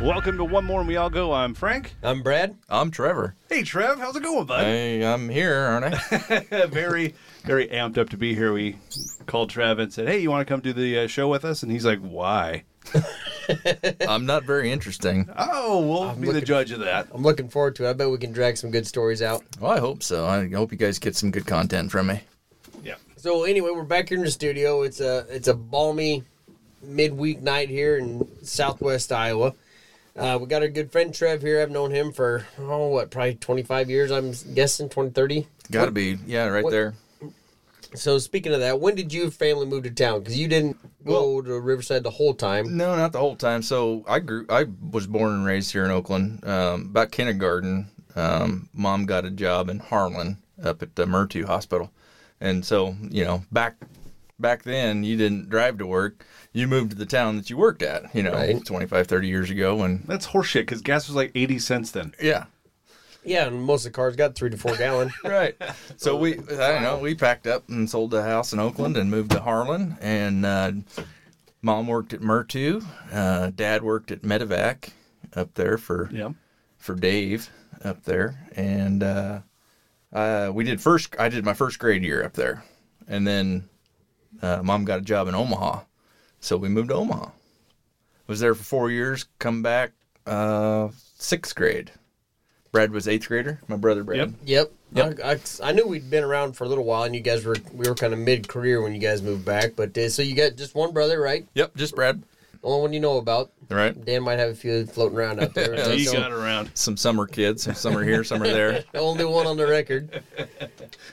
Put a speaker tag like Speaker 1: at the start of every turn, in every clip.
Speaker 1: Welcome to One More and We All Go. I'm Frank.
Speaker 2: I'm Brad.
Speaker 3: I'm Trevor.
Speaker 1: Hey, Trev. How's it going, bud?
Speaker 3: Hey, I'm here, aren't I?
Speaker 1: very, very amped up to be here. We called Trev and said, hey, you want to come do the uh, show with us? And he's like, why?
Speaker 3: I'm not very interesting.
Speaker 1: Oh, we'll be the
Speaker 2: looking-
Speaker 1: judge of that.
Speaker 2: I'm looking forward to it. I bet we can drag some good stories out.
Speaker 3: Well, I hope so. I hope you guys get some good content from me.
Speaker 1: Yeah.
Speaker 2: So anyway, we're back here in the studio. It's a it's a balmy midweek night here in Southwest Iowa. Uh, we got our good friend Trev here. I've known him for oh what, probably 25 years. I'm guessing 20, 30.
Speaker 3: Got to be, yeah, right
Speaker 2: what-
Speaker 3: there.
Speaker 2: So speaking of that, when did you family move to town? Because you didn't go to Riverside the whole time.
Speaker 3: No, not the whole time. So I grew. I was born and raised here in Oakland. Um, about kindergarten, um, mom got a job in Harlan up at the Murtu Hospital, and so you know back back then you didn't drive to work. You moved to the town that you worked at. You know,
Speaker 2: Right.
Speaker 3: 25, 30 years ago, and
Speaker 1: That's horseshit because gas was like 80 cents then.
Speaker 3: yeah,
Speaker 2: Yeah, and most of the cars got three to four gallon.
Speaker 3: right. So we, I don't know, we packed up and sold the house in Oakland and moved to Harlan. And uh, mom worked at Mertu. Uh, dad worked at Medivac up there for for Dave up there. And uh, uh, we did first. I did my first grade year up there, and then uh, mom got a job in Omaha, so we moved to Omaha. Was there for four years. Come back uh, sixth grade. Brad was eighth grader. My brother Brad.
Speaker 1: Yep.
Speaker 2: Yep.
Speaker 3: Yep.
Speaker 2: I, I, I knew we'd been around for a little while, and you guys were we were kind of mid career when you guys moved back. But uh, so you got just one brother, right?
Speaker 3: Yep, just Brad.
Speaker 2: The only one you know about.
Speaker 3: Right.
Speaker 2: Dan might have a few floating around out there.
Speaker 3: Yeah,
Speaker 1: He
Speaker 2: So,
Speaker 1: got around.
Speaker 3: Some summer kids, some summer here, summer there.
Speaker 2: the only one on the record.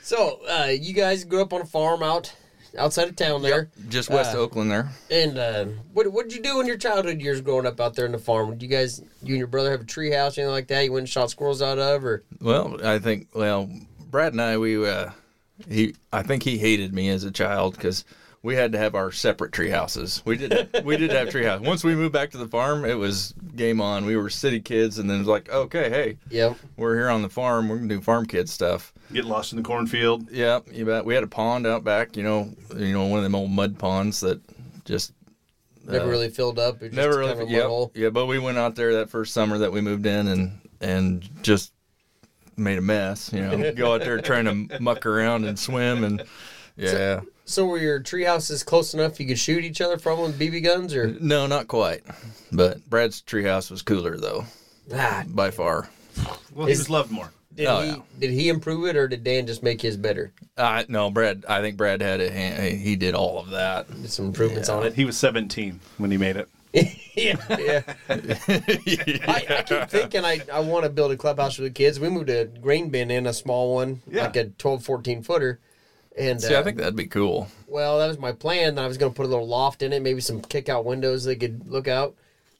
Speaker 2: So uh, you guys grew up on a farm out outside of town there.
Speaker 3: Just west of Oakland there.
Speaker 2: And uh, what what did you do in your childhood years growing up out there in the farm? Did you guys, you and your brother, have a tree house, anything like that? You went and shot squirrels out of, or
Speaker 3: Well, I think well, Brad and I we uh he I think he hated me as a child cuz we had to have our separate tree houses. We did we did have tree house. Once we moved back to the farm, it was game on. We were city kids and then it was like, "Okay, hey,
Speaker 2: yeah,
Speaker 3: we're here on the farm. We're going to do farm kid stuff."
Speaker 1: Get lost in the cornfield.
Speaker 3: Yeah, you bet. We had a pond out back, you know, you know, one of them old mud ponds that just
Speaker 2: never really filled up. it was just
Speaker 3: never really
Speaker 2: kind of a
Speaker 3: yeah,
Speaker 2: mudhole?
Speaker 3: yeah but we went out there that first summer that we moved in and and just made a mess you know go out there trying to muck around and swim and yeah
Speaker 2: So were your tree houses close enough you could shoot each other from them with BB guns or
Speaker 3: no not quite but brad's treehouse was cooler though
Speaker 2: ah,
Speaker 3: by far
Speaker 1: Well, he was loved more.
Speaker 2: did
Speaker 3: Oh,
Speaker 2: he
Speaker 3: yeah.
Speaker 2: did he improve it or did Dan just make his better?
Speaker 3: uh, no brad i think brad had a hand, he did all of that
Speaker 2: Did some improvements on it.
Speaker 1: He was 17 when he made it.
Speaker 2: yeah. yeah. I, I keep thinking I, I want to build a clubhouse for the kids. We moved a grain bin in, a small one,
Speaker 1: Yeah.
Speaker 2: like a 12, 14 footer. And
Speaker 3: see
Speaker 2: uh,
Speaker 3: i think that'd be cool
Speaker 2: well, that was my plan. That I was going to put a little loft in it, maybe some kick out windows they could look out.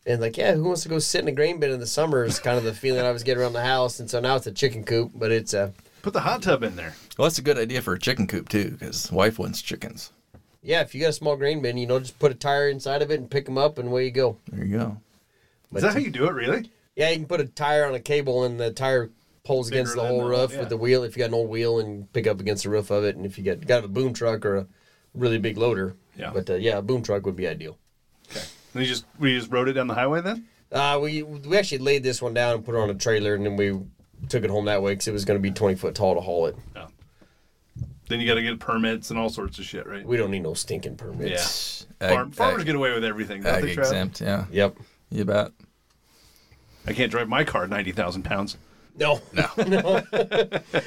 Speaker 2: And like, yeah, who wants to go sit in a grain bin in the summer? Is kind of the feeling I was getting around the house. And so now it's a chicken coop, but it's uh, a
Speaker 1: Put the hot tub in there.
Speaker 3: well that's a good idea for a chicken coop too because wife wants chickens
Speaker 2: Yeah, if you got a small grain bin, you know, just put a tire inside of it and pick them up, and away you go.
Speaker 3: there you go
Speaker 1: Is that how you do it, really?
Speaker 2: Yeah, you can put a tire on a cable, and the tire pulls
Speaker 1: Bigger
Speaker 2: against the
Speaker 1: than
Speaker 2: whole
Speaker 1: the-
Speaker 2: roof
Speaker 1: yeah.
Speaker 2: with the wheel. If you got an old wheel, and pick up against the roof of it, and if you got got a boom truck or a really big loader,
Speaker 1: Yeah.
Speaker 2: But uh, yeah, a boom truck would be ideal.
Speaker 1: And you just we just rode it down the highway then?
Speaker 2: Uh, we we actually laid this one down and put it on a trailer, and then we took it home that way because it was going to be twenty foot tall to haul it.
Speaker 1: No. Then you got to get permits and all sorts of shit, right?
Speaker 2: We don't need no stinking permits.
Speaker 3: Ag-
Speaker 1: Farm, farmers
Speaker 3: ag-
Speaker 1: get away with everything. don't
Speaker 3: ag
Speaker 1: they, Trav?
Speaker 3: exempt yeah
Speaker 2: Yep.
Speaker 3: you bet
Speaker 1: I can't drive my car 90,000 pounds.
Speaker 2: No, no, no.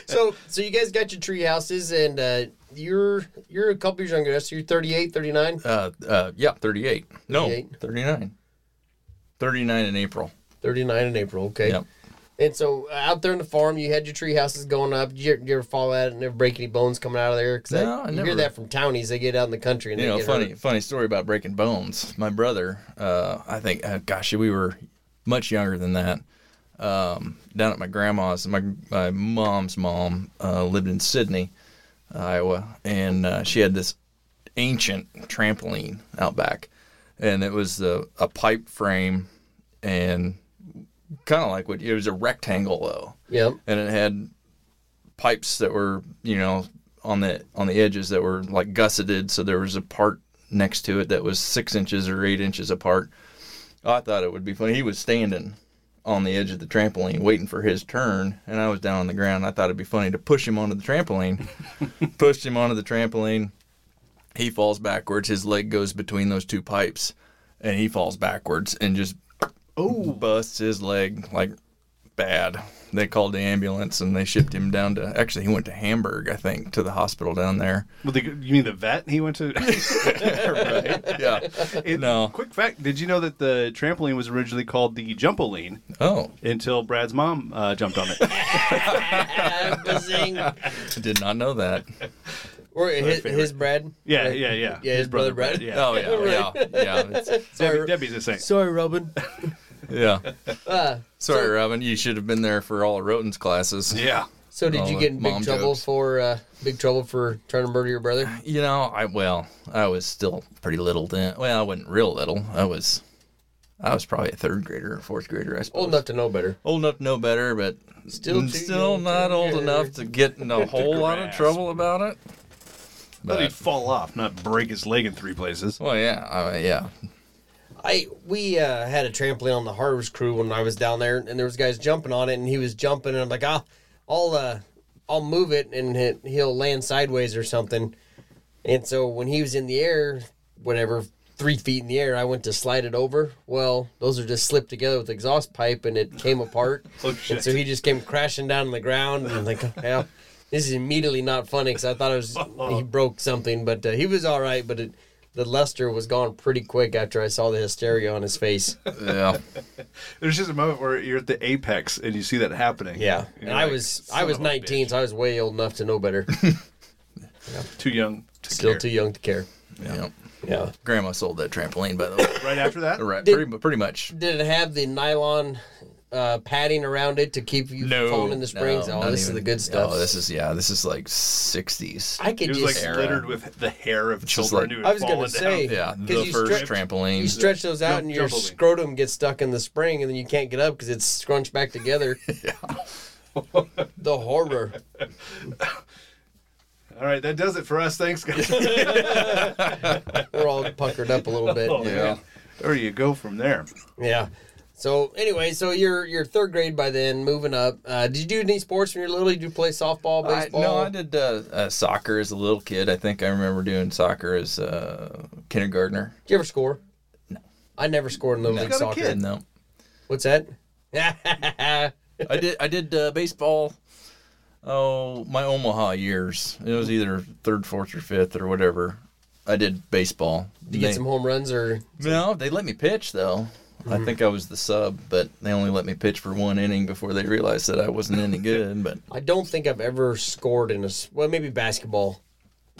Speaker 2: so, so you guys got your tree houses, and uh, you're you're a couple years younger. than us. So you're 38, 39.
Speaker 3: uh, uh, yeah, 38. No,
Speaker 2: 38.
Speaker 3: 39. 39 in April.
Speaker 2: 39 in April. Okay.
Speaker 3: Yep.
Speaker 2: And so uh, out there in the farm, you had your tree houses going up. Did you, did you ever fall out and never break any bones coming out of there? 'Cause
Speaker 3: No, I
Speaker 2: you
Speaker 3: never-
Speaker 2: hear that from townies. They get out in the country and
Speaker 3: You
Speaker 2: they
Speaker 3: know,
Speaker 2: get
Speaker 3: funny
Speaker 2: hurt.
Speaker 3: funny story about breaking bones. My brother, uh, I think, uh, gosh, we were much younger than that. Um, down at my grandma's, my my mom's mom uh, lived in Sydney, Iowa, and uh, she had this ancient trampoline out back, and it was a, a pipe frame, and kind of like what it was a rectangle though.
Speaker 2: Yep.
Speaker 3: and it had pipes that were you know on the on the edges that were like gusseted so there was a part next to it that was six inches or eight inches apart I thought it would be funny. He was standing on the edge of the trampoline waiting for his turn, and I was down on the ground. I thought it'd be funny to push him onto the trampoline. Pushed him onto the trampoline. He falls backwards. His leg goes between those two pipes, and he falls backwards and just oh busts his leg like bad. They called the ambulance and they shipped him down to. Actually, he went to Hamburg, I think, to the hospital down there.
Speaker 1: Well, the, you mean the vet he went to?
Speaker 3: right? Yeah.
Speaker 1: It-
Speaker 3: No.
Speaker 1: Quick fact: Did you know that the trampoline was originally called the Jumpoline
Speaker 3: Oh,
Speaker 1: until Brad's mom uh, jumped on it?
Speaker 2: Bazing.
Speaker 3: I did not know that.
Speaker 2: Or his, his Brad.
Speaker 1: Yeah, yeah, yeah.
Speaker 2: Yeah, his brother Brad.
Speaker 1: Yeah.
Speaker 3: Oh yeah, yeah, yeah, it's-
Speaker 1: Debbie,
Speaker 2: Sorry,
Speaker 1: Debbie's the same.
Speaker 2: sorry, Robin.
Speaker 3: yeah.
Speaker 2: Uh,
Speaker 3: Sorry, Robin. You should have been there for all of Roten's classes.
Speaker 1: Yeah.
Speaker 2: so did
Speaker 3: All
Speaker 2: you
Speaker 3: the
Speaker 2: get in big
Speaker 3: mom
Speaker 2: trouble
Speaker 3: jokes.
Speaker 2: for uh, big trouble for trying to murder your brother?
Speaker 3: You know, I well, I was still pretty little then. Well, I wasn't real little. I was, I was probably a third grader or fourth grader. I suppose.
Speaker 2: Old enough to know better.
Speaker 3: Old enough to know better, but
Speaker 2: Still
Speaker 3: still,
Speaker 2: too young
Speaker 3: not
Speaker 2: to
Speaker 3: old
Speaker 2: care.
Speaker 3: enough to get in a whole lot of
Speaker 1: grasp.
Speaker 3: trouble about it.
Speaker 1: Thought he'd
Speaker 3: But
Speaker 1: fall off, not break his leg in three places.
Speaker 3: well, yeah, I mean, yeah.
Speaker 2: I we uh, had a trampoline on the harvest crew when I was down there, and there was guys jumping on it, and he was jumping, and I'm like, I'll, I'll, uh, I'll move it, and it, he'll land sideways or something. And so when he was in the air, whatever, three feet in the air, I went to slide it over. Well, those are just slipped together with exhaust pipe, and it came apart.
Speaker 1: Oh, shit.
Speaker 2: And so he just came crashing down on the ground, and I'm like, yeah, this is immediately not funny because I thought it was he broke something, but uh, he was all right, but it, the luster was gone pretty quick after I saw the hysteria on his face.
Speaker 3: Yeah,
Speaker 1: There's just a moment where you're at the apex and you see that happening.
Speaker 2: Yeah,
Speaker 1: You're
Speaker 2: and I
Speaker 1: like,
Speaker 2: was
Speaker 1: "Son
Speaker 2: I was
Speaker 1: of a
Speaker 2: 19, so I was way old enough to know better.
Speaker 1: bitch." Too young. To
Speaker 2: Still
Speaker 1: care.
Speaker 2: too young to care.
Speaker 3: yeah.
Speaker 2: Yeah.
Speaker 3: Grandma sold that trampoline, by the way.
Speaker 1: Right after that,
Speaker 3: Right,
Speaker 2: Did-
Speaker 3: pretty, mu- pretty much.
Speaker 2: Did it have the nylon uh, padding around it to keep you from falling in the springs?
Speaker 3: no,
Speaker 2: oh,
Speaker 3: not
Speaker 2: this is
Speaker 3: even-
Speaker 2: the good stuff.
Speaker 3: Oh, this is yeah, this is like '60s.
Speaker 2: I could
Speaker 1: it was
Speaker 2: just.
Speaker 1: like
Speaker 3: Era.
Speaker 1: littered with the hair of
Speaker 3: just
Speaker 1: children who
Speaker 3: like-
Speaker 1: had
Speaker 2: I was gonna
Speaker 1: fallen down.
Speaker 2: say,
Speaker 3: yeah,
Speaker 2: 'cause
Speaker 3: the
Speaker 2: you
Speaker 3: first
Speaker 2: stretch-
Speaker 3: trampoline.
Speaker 2: you stretch those out
Speaker 1: Jump-
Speaker 2: and your
Speaker 1: jump over.
Speaker 2: scrotum gets stuck in the spring and then you can't get up because it's scrunched back together. the horror.
Speaker 1: All right, that does it for us. Thanks, guys.
Speaker 2: We're all puckered up a little bit.
Speaker 1: Oh, man. There you go from there.
Speaker 2: Yeah. So anyway, so you're you're third grade by then, moving up. Uh, did you do any sports when you were little? Did you play softball,
Speaker 3: I,
Speaker 2: baseball?
Speaker 3: no, I did uh, uh, soccer as a little kid. I think I remember doing soccer as a kindergartner.
Speaker 2: Did you ever score? No. I never scored in little league
Speaker 1: got a
Speaker 2: soccer.
Speaker 1: kid.
Speaker 3: No,
Speaker 2: What's that?
Speaker 3: I did. I did uh, baseball. Oh, my Omaha years. It was either third, fourth, or fifth, or whatever. I did baseball.
Speaker 2: Did you
Speaker 3: They-
Speaker 2: get some home runs or
Speaker 3: No, they let me pitch though. I think I was the sub, but they only let me pitch for one inning before they realized that I wasn't any good. But
Speaker 2: I don't think I've ever scored in a s- well, maybe basketball.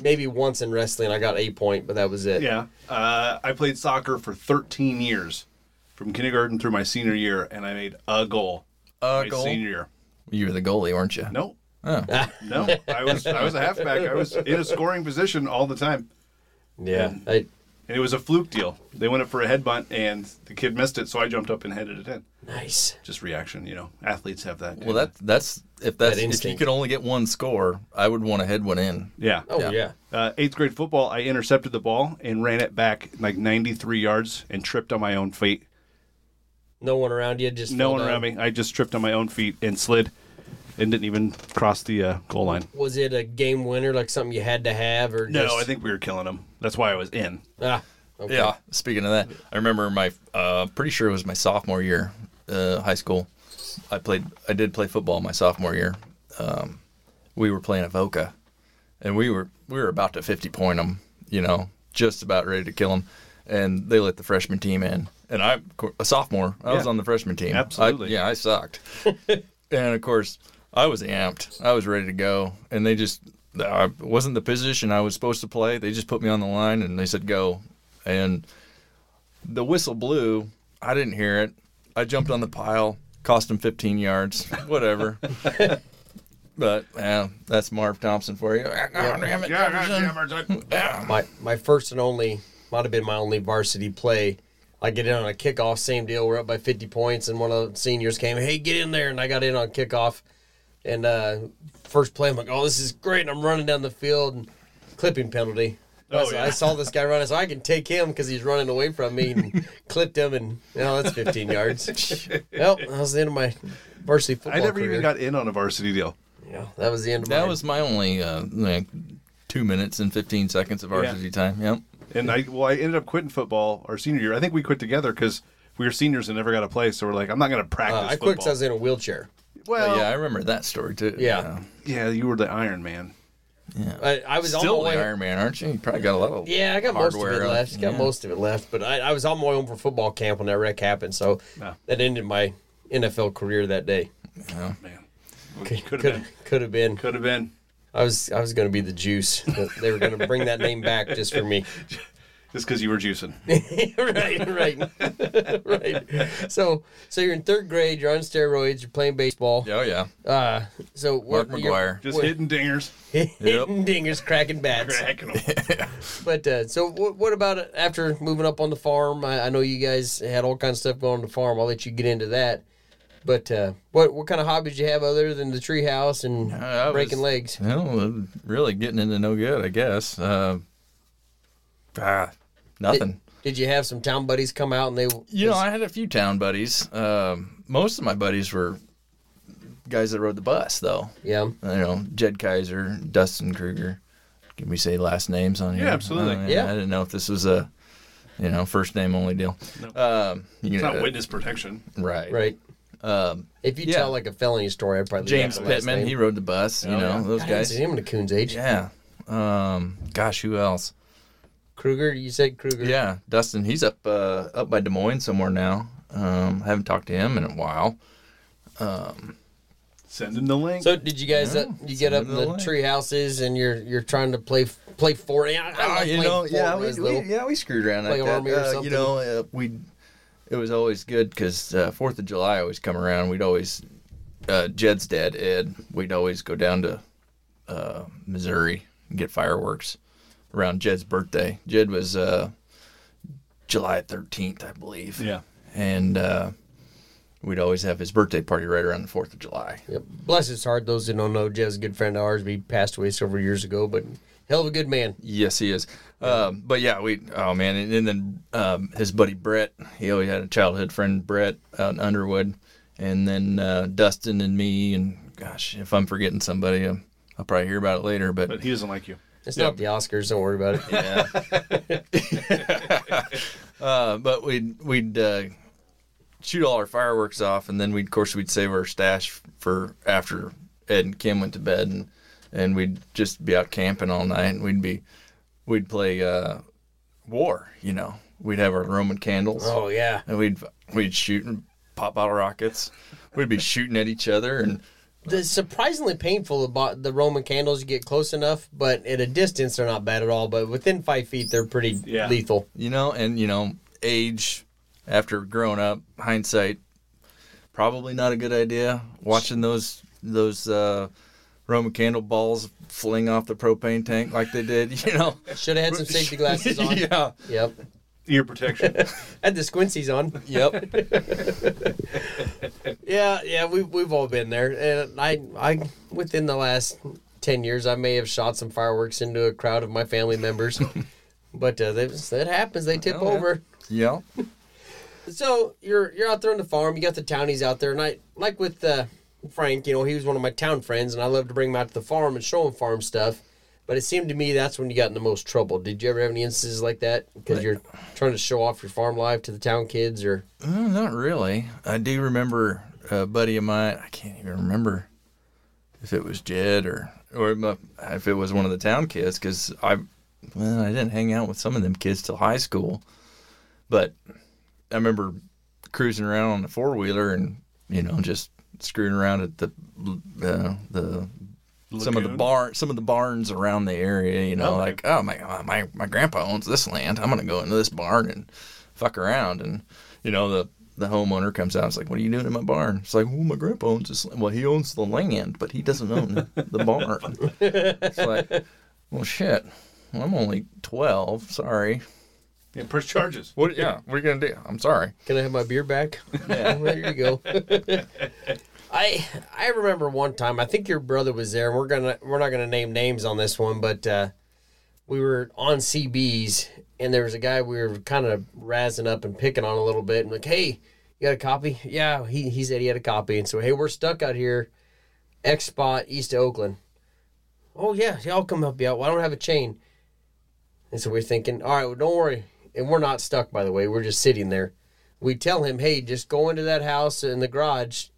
Speaker 2: Maybe once in wrestling I got a point, but that was it.
Speaker 1: Yeah. Uh, I played soccer for 13 years from kindergarten through my senior year, and I made a goal.
Speaker 3: uh,
Speaker 1: my
Speaker 3: goal.
Speaker 1: Senior year.
Speaker 3: You were the goalie, weren't you?
Speaker 1: No,
Speaker 3: Oh.
Speaker 1: no. I was I was a halfback. I was in a scoring position all the time.
Speaker 2: Yeah. I,
Speaker 1: And it was a fluke deal. They went up for a head bunt, and the kid missed it, so I jumped up and headed it in.
Speaker 2: nice.
Speaker 1: Just reaction, you know. Athletes have that.
Speaker 3: Well, that that's if that's if you
Speaker 2: instinct.
Speaker 3: could only get one score, I would want to head one in.
Speaker 1: yeah.
Speaker 2: Oh
Speaker 3: Yeah.
Speaker 2: yeah.
Speaker 1: Uh, eighth grade football, I intercepted the ball and ran it back like 93 yards and tripped on my own feet.
Speaker 2: No one around you just
Speaker 1: No
Speaker 2: fell
Speaker 1: one
Speaker 2: down.
Speaker 1: around me. I just tripped on my own feet and slid, and didn't even cross the uh, goal line.
Speaker 2: Was it a game winner, like something you had to have or
Speaker 1: No,
Speaker 2: just,
Speaker 1: I think we were killing them. That's why I was in.
Speaker 2: ah, okay.
Speaker 3: Yeah. Speaking of that, I remember my uh, pretty sure it was my sophomore year, uh, high school. I played. I did play football my sophomore year. Um, we were playing Avoca, and we were we were about to fifty point them. You know, just about ready to kill them, and they let the freshman team in. And I, a sophomore, I was
Speaker 1: Yeah.
Speaker 3: on the freshman team. I-
Speaker 1: Absolutely.
Speaker 3: yeah, I sucked. and of course, I was amped. I was ready to go, and they just I wasn't the position I was supposed to play. They just put me on the line, and they said go. And the whistle blew. I didn't hear it. I jumped on the pile. Cost them 15 yards. Whatever. but yeah, that's Marv Thompson for you. Ah, damn it, Jefferson. Ah.
Speaker 2: my my first and only might have been my only varsity play. I get in on a kickoff, same deal. We're up by 50 points, and one of the seniors came, "Hey, get in there!" And I got in on kickoff, and uh, first play, I'm like, "Oh, this is great!" And I'm running down the field, and clipping penalty.
Speaker 1: Oh,
Speaker 2: So
Speaker 1: yeah.
Speaker 2: I saw this guy running, so I can take him because he's running away from me and clipped him, and now that's 15 yards. Well, that was the end of my varsity football
Speaker 1: I never
Speaker 2: career.
Speaker 1: even got in on a varsity deal.
Speaker 2: yeah, that was the end of
Speaker 3: That
Speaker 2: mine.
Speaker 3: was my only uh, like two minutes and fifteen seconds of varsity time. Yep.
Speaker 1: And I well, I ended up quitting football our senior year. I think we quit together because we were seniors and never got a play. So we're like, I'm not going to practice.
Speaker 2: Uh, I
Speaker 1: football.
Speaker 2: quit because I was in a wheelchair.
Speaker 1: well,
Speaker 3: But yeah, I remember that story too.
Speaker 2: Yeah.
Speaker 1: yeah, you were the Iron Man.
Speaker 3: Yeah.
Speaker 2: I, I was
Speaker 3: Still
Speaker 2: on my
Speaker 3: the
Speaker 2: way.
Speaker 3: Iron Man, aren't you? You probably got a lot of
Speaker 2: Yeah, I got most of
Speaker 3: hardware
Speaker 2: it
Speaker 3: up.
Speaker 2: left. Got
Speaker 3: Yeah.
Speaker 2: most of it left, but I, I was on my way home for football camp when that wreck happened, so
Speaker 1: Yeah.
Speaker 2: that ended my NFL career that day.
Speaker 1: Man, have
Speaker 2: Could
Speaker 1: been.
Speaker 2: Could have been.
Speaker 1: could have been.
Speaker 2: I was I was going to be the juice. They were going to bring that name back just for me.
Speaker 1: Just because you were juicing.
Speaker 2: right, right, right. So, so you're in third grade. You're on steroids. You're playing baseball.
Speaker 3: Oh yeah.
Speaker 2: Uh, so what-
Speaker 3: Mark
Speaker 2: you're-
Speaker 3: McGuire.
Speaker 1: Just
Speaker 2: what-
Speaker 1: hitting dingers.
Speaker 2: hitting dingers, cracking bats.
Speaker 1: Cracking 'em.
Speaker 2: But uh, so what, what about after moving up on the farm? I, I know you guys had all kinds of stuff going on the farm. I'll let you get into that. But uh, what what kind of hobbies you have other than the treehouse and
Speaker 3: Uh, I was-
Speaker 2: breaking legs?
Speaker 3: Well, really getting into no good, I guess. Uh, ah, nothing.
Speaker 2: Did you have some town buddies come out and they?
Speaker 3: you know, I had a few town buddies. Um, most of my buddies were guys that rode the bus, though.
Speaker 2: yeah.
Speaker 3: You know, Jed Kaiser, Dustin Kruger. Can we say last names on here?
Speaker 1: Yeah, absolutely.
Speaker 3: Uh,
Speaker 2: Yeah.
Speaker 3: I didn't know if this was a, you know, first name only deal. Um, you
Speaker 1: It's
Speaker 3: know,
Speaker 1: not witness protection.
Speaker 3: right,
Speaker 2: Right. Um, if you
Speaker 3: yeah.
Speaker 2: tell like a felony story, I'd probably
Speaker 3: James
Speaker 2: leave out the last
Speaker 3: Pittman,
Speaker 2: name. Oh,
Speaker 3: he rode the bus. you know,
Speaker 1: yeah.
Speaker 3: those
Speaker 2: God, I haven't
Speaker 3: guys.
Speaker 2: seen him in a coon's age.
Speaker 3: Yeah. Um, gosh, who else?
Speaker 2: Kruger, you said Kruger.
Speaker 3: Yeah, Dustin, he's up uh, up by Des Moines somewhere now. Um, I haven't talked to him in a while.
Speaker 1: Send him the link.
Speaker 2: So did you guys uh, you get up in
Speaker 3: send it
Speaker 2: the
Speaker 3: away.
Speaker 2: tree houses and you're you're trying to play play four? I, I like playing
Speaker 3: Uh, yeah, we,
Speaker 2: four-ways, though.
Speaker 3: we- yeah, we screwed around
Speaker 2: Play
Speaker 3: like that.
Speaker 2: Army or
Speaker 3: Uh,
Speaker 2: something.
Speaker 3: you know, uh, we it was always good because uh, Fourth of July always come around. We'd always uh, Jed's dad Ed. We'd always go down to uh, Missouri and get fireworks around Jed's birthday. Jed was uh, July thirteenth, I believe.
Speaker 1: yeah.
Speaker 3: and uh, we'd always have his birthday party right around the Fourth of July.
Speaker 2: Yep. Bless his heart. Those that don't know, Jeff's a good friend of ours. He passed away several years ago, but hell of a good man.
Speaker 3: Yes, he is. Um, but yeah, we. Oh man, and, and then um, his buddy Brett. He always had a childhood friend Brett out in Underwood, and then uh, Dustin and me. And gosh, if I'm forgetting somebody, um, I'll probably hear about it later. But,
Speaker 1: But he doesn't like you.
Speaker 2: It's
Speaker 1: Yeah.
Speaker 2: not the Oscars. Don't worry about it.
Speaker 3: yeah. uh, but we'd we'd uh, shoot all our fireworks off, and then we'd of course we'd save our stash for after Ed and Kim went to bed, and and we'd just be out camping all night, and we'd be we'd play uh, war, you know. We'd have our Roman candles,
Speaker 2: oh yeah.
Speaker 3: and we'd we'd shoot and pop bottle rockets. We'd be shooting at each other, and
Speaker 2: The surprisingly painful about the Roman candles. You get close enough, but at a distance they're not bad at all. But within five feet, they're pretty
Speaker 1: Yeah.
Speaker 2: lethal.
Speaker 3: you know, and you know, age after grown up, hindsight, probably not a good idea. Watching those those uh, Roman candle balls fling off the propane tank like they did, you know.
Speaker 2: Should have had some safety glasses on.
Speaker 3: yeah.
Speaker 2: Yep.
Speaker 1: Ear protection.
Speaker 2: Had the squincies on.
Speaker 3: Yep.
Speaker 2: Yeah, yeah, we've we've all been there, and I I within the last ten years, I may have shot some fireworks into a crowd of my family members, but uh, that that happens. They tip
Speaker 3: Well, yeah.
Speaker 2: over.
Speaker 3: Yeah.
Speaker 2: So you're you're out there on the farm. You got the townies out there, and I like with uh, Frank. You know, he was one of my town friends, and I love to bring him out to the farm and show him farm stuff. But it seemed to me that's when you got in the most trouble. Did you ever have any instances like that because you're trying to show off your farm life to the town kids, or
Speaker 3: Uh, not really. I do remember a buddy of mine. I can't even remember if it was Jed or or if it was one of the town kids because I well I didn't hang out with some of them kids till high school, but I remember cruising around on the four wheeler and you know just screwing around at the uh, the some of the
Speaker 1: Lagoon?
Speaker 3: barn some of the barns around the area you know
Speaker 1: Okay.
Speaker 3: like oh my, my my grandpa owns this land i'm gonna go into this barn and fuck around and you know the the homeowner comes out it's like what are you doing in my barn it's like well my grandpa owns this land. well he owns the land but he doesn't own the barn it's like well shit well, i'm only 12 sorry
Speaker 1: yeah, press charges.
Speaker 3: what yeah what are you gonna do i'm sorry
Speaker 2: Can I have my beer back? Yeah. there you go. I I remember one time. I think your brother was there. We're gonna we're not gonna name names on this one, but uh, we were on CBs and there was a guy we were kind of razzing up and picking on a little bit and like, hey, you got a copy? Yeah, he, he said he had a copy. And so, hey, we're stuck out here, X spot, east of Oakland. Oh, yeah, yeah, I'll come help you out. Well, I don't have a chain. And so we're thinking, all right, well, don't worry. And we're not stuck, by the way. We're just sitting there. We tell him, hey, just go into that house in the garage.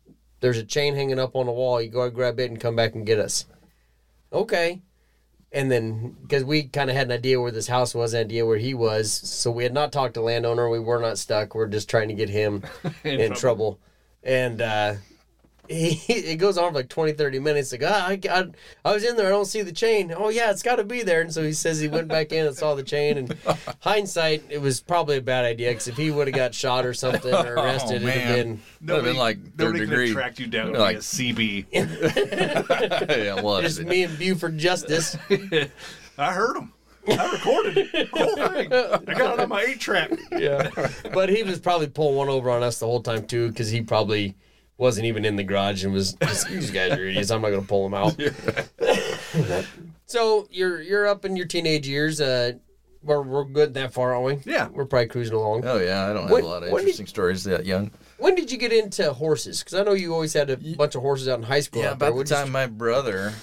Speaker 2: There's a chain hanging up on the wall. You go grab it and come back and get us. Okay and then because we kind of had an idea where this house was, an idea where he was, so we had not talked to landowner. We were not stuck. We're just trying to get him in, trouble. And uh, he, it goes on for like 20, 30 minutes. Like, ah, I, I, I was in there. I don't see the chain. Oh yeah, it's got to be there. And so he says he went back in and saw the chain. And hindsight, it was probably a bad idea because if he would have got shot or something or arrested, it'd have
Speaker 3: man.
Speaker 2: been.
Speaker 3: Would've been like third
Speaker 1: nobody could
Speaker 3: degree.
Speaker 1: track you down to like,
Speaker 3: Like-
Speaker 1: a CB.
Speaker 3: yeah, well,
Speaker 2: Just me and Buford Justice.
Speaker 1: I heard him. I recorded it. The whole thing. I got it on my eight track.
Speaker 2: yeah. But he was probably pulling one over on us the whole time too, because he probably wasn't even in the garage and was just, these guys are idiots. I'm not gonna pull them out. so you're you're up in your teenage years. Uh, we're we're good that far, aren't we?
Speaker 1: Yeah.
Speaker 2: we're probably cruising along.
Speaker 3: Oh yeah, I don't have
Speaker 2: When-
Speaker 3: a lot of
Speaker 2: when did-
Speaker 3: interesting stories that young.
Speaker 2: When did you get into horses? Because I know you always had a bunch of horses out in high school.
Speaker 3: Yeah,
Speaker 2: out there.
Speaker 3: about the
Speaker 2: What did you-
Speaker 3: time my brother,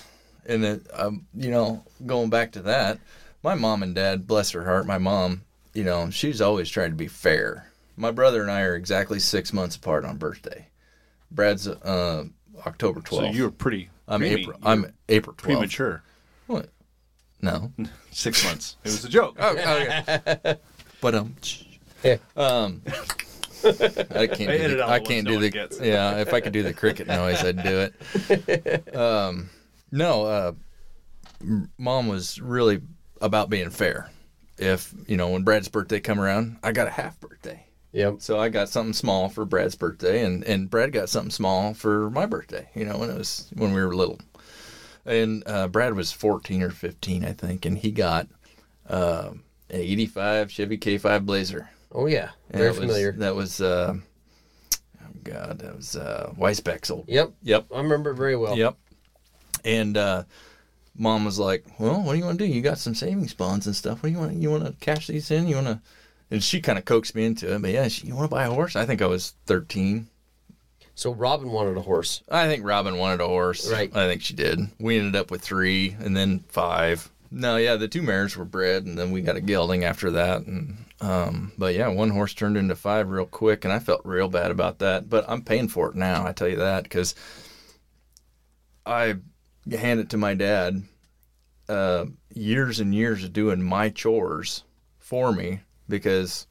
Speaker 3: and it, um, you know, going back to that, my mom and dad, bless her heart, my mom, you know, she's always trying to be fair. My brother and I are exactly six months apart on birthday. Brad's uh, October 12th.
Speaker 1: So you were pretty.
Speaker 3: I'm
Speaker 1: premi-
Speaker 3: April. I'm April 12th.
Speaker 1: premature.
Speaker 3: What? No.
Speaker 1: Six months. It was a joke.
Speaker 3: Oh, okay. but um,
Speaker 2: Yeah.
Speaker 3: um, I can't.
Speaker 1: I
Speaker 3: Do
Speaker 1: edit
Speaker 3: the,
Speaker 1: out
Speaker 3: I
Speaker 1: the ones
Speaker 3: can't do
Speaker 1: no
Speaker 3: the.
Speaker 1: one gets.
Speaker 3: Yeah, if I could do the cricket noise, I'd do it. Um, no, uh, m- mom was really about being fair. If you know when Brad's birthday come around, I got a half birthday.
Speaker 2: Yep.
Speaker 3: So I got something small for Brad's birthday, and, and Brad got something small for my birthday. You know, when it was when we were little, and uh, Brad was fourteen or fifteen, I think, and he got um an eighty-five Chevy K5 Blazer.
Speaker 2: Oh yeah,
Speaker 3: And
Speaker 2: very
Speaker 3: that was-
Speaker 2: familiar.
Speaker 3: That was, uh, oh God, that was uh, Weisbeck's old.
Speaker 2: Yep.
Speaker 3: Yep.
Speaker 2: I remember it very well.
Speaker 3: Yep. And uh, mom was like, "Well, what do you want to do? You got some savings bonds and stuff. What do you want? You want to cash these in? You want to?" And she kind of coaxed me into it. But yeah, she, you want to buy a horse? I think I was thirteen.
Speaker 2: So Robin wanted a horse.
Speaker 3: I think Robin wanted a horse.
Speaker 2: Right.
Speaker 3: I think she did. We ended up with three and then five. No, yeah, the two mares were bred, and then we got a gelding after that. And um, but yeah, one horse turned into five real quick, and I felt real bad about that. But I'm paying for it now. I tell you that because I hand it to my dad. Uh, years and years of doing my chores for me because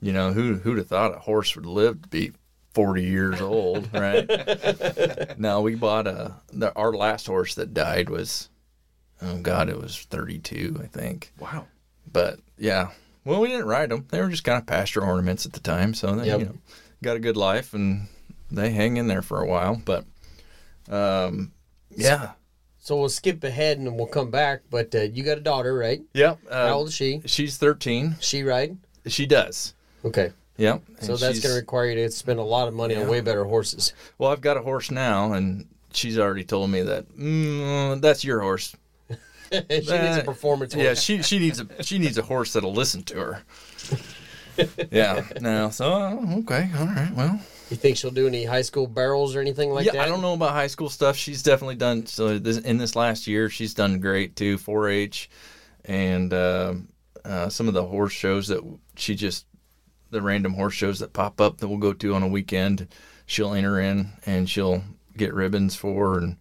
Speaker 3: you know who who'd have thought a horse would live to be 40 years old right no, we bought a. The, our last horse that died was, oh God, it was 32, I think.
Speaker 1: Wow.
Speaker 3: But yeah, well, we didn't ride them. They were just kind of pasture ornaments at the time, so they
Speaker 2: Yep.
Speaker 3: you know, got a good life and they hang in there for a while. But um, yeah,
Speaker 2: So we'll skip ahead and we'll come back. But uh, you got a daughter, right?
Speaker 3: yep.
Speaker 2: How
Speaker 3: Uh,
Speaker 2: old is she?
Speaker 3: she's 13.
Speaker 2: She ride?
Speaker 3: She does.
Speaker 2: Okay.
Speaker 3: Yep.
Speaker 2: So
Speaker 3: And
Speaker 2: that's
Speaker 3: she's-
Speaker 2: going to require you to spend a lot of money on way better horses.
Speaker 3: Well, I've got a horse now, and she's already told me that mm, that's your horse.
Speaker 2: she needs a
Speaker 3: Uh,
Speaker 2: performance horse.
Speaker 3: Yeah, she she needs a she needs a horse that'll listen to her. yeah. No. So uh, okay. All right. Well.
Speaker 2: You think she'll do any high school barrels or anything like
Speaker 3: yeah.
Speaker 2: that?
Speaker 3: I don't know about high school stuff. She's definitely done. So this, in this last year, she's done great too. 4-H, and um uh, some of the horse shows that she just the random horse shows that pop up that we'll go to on a weekend. She'll enter in and she'll get ribbons for and.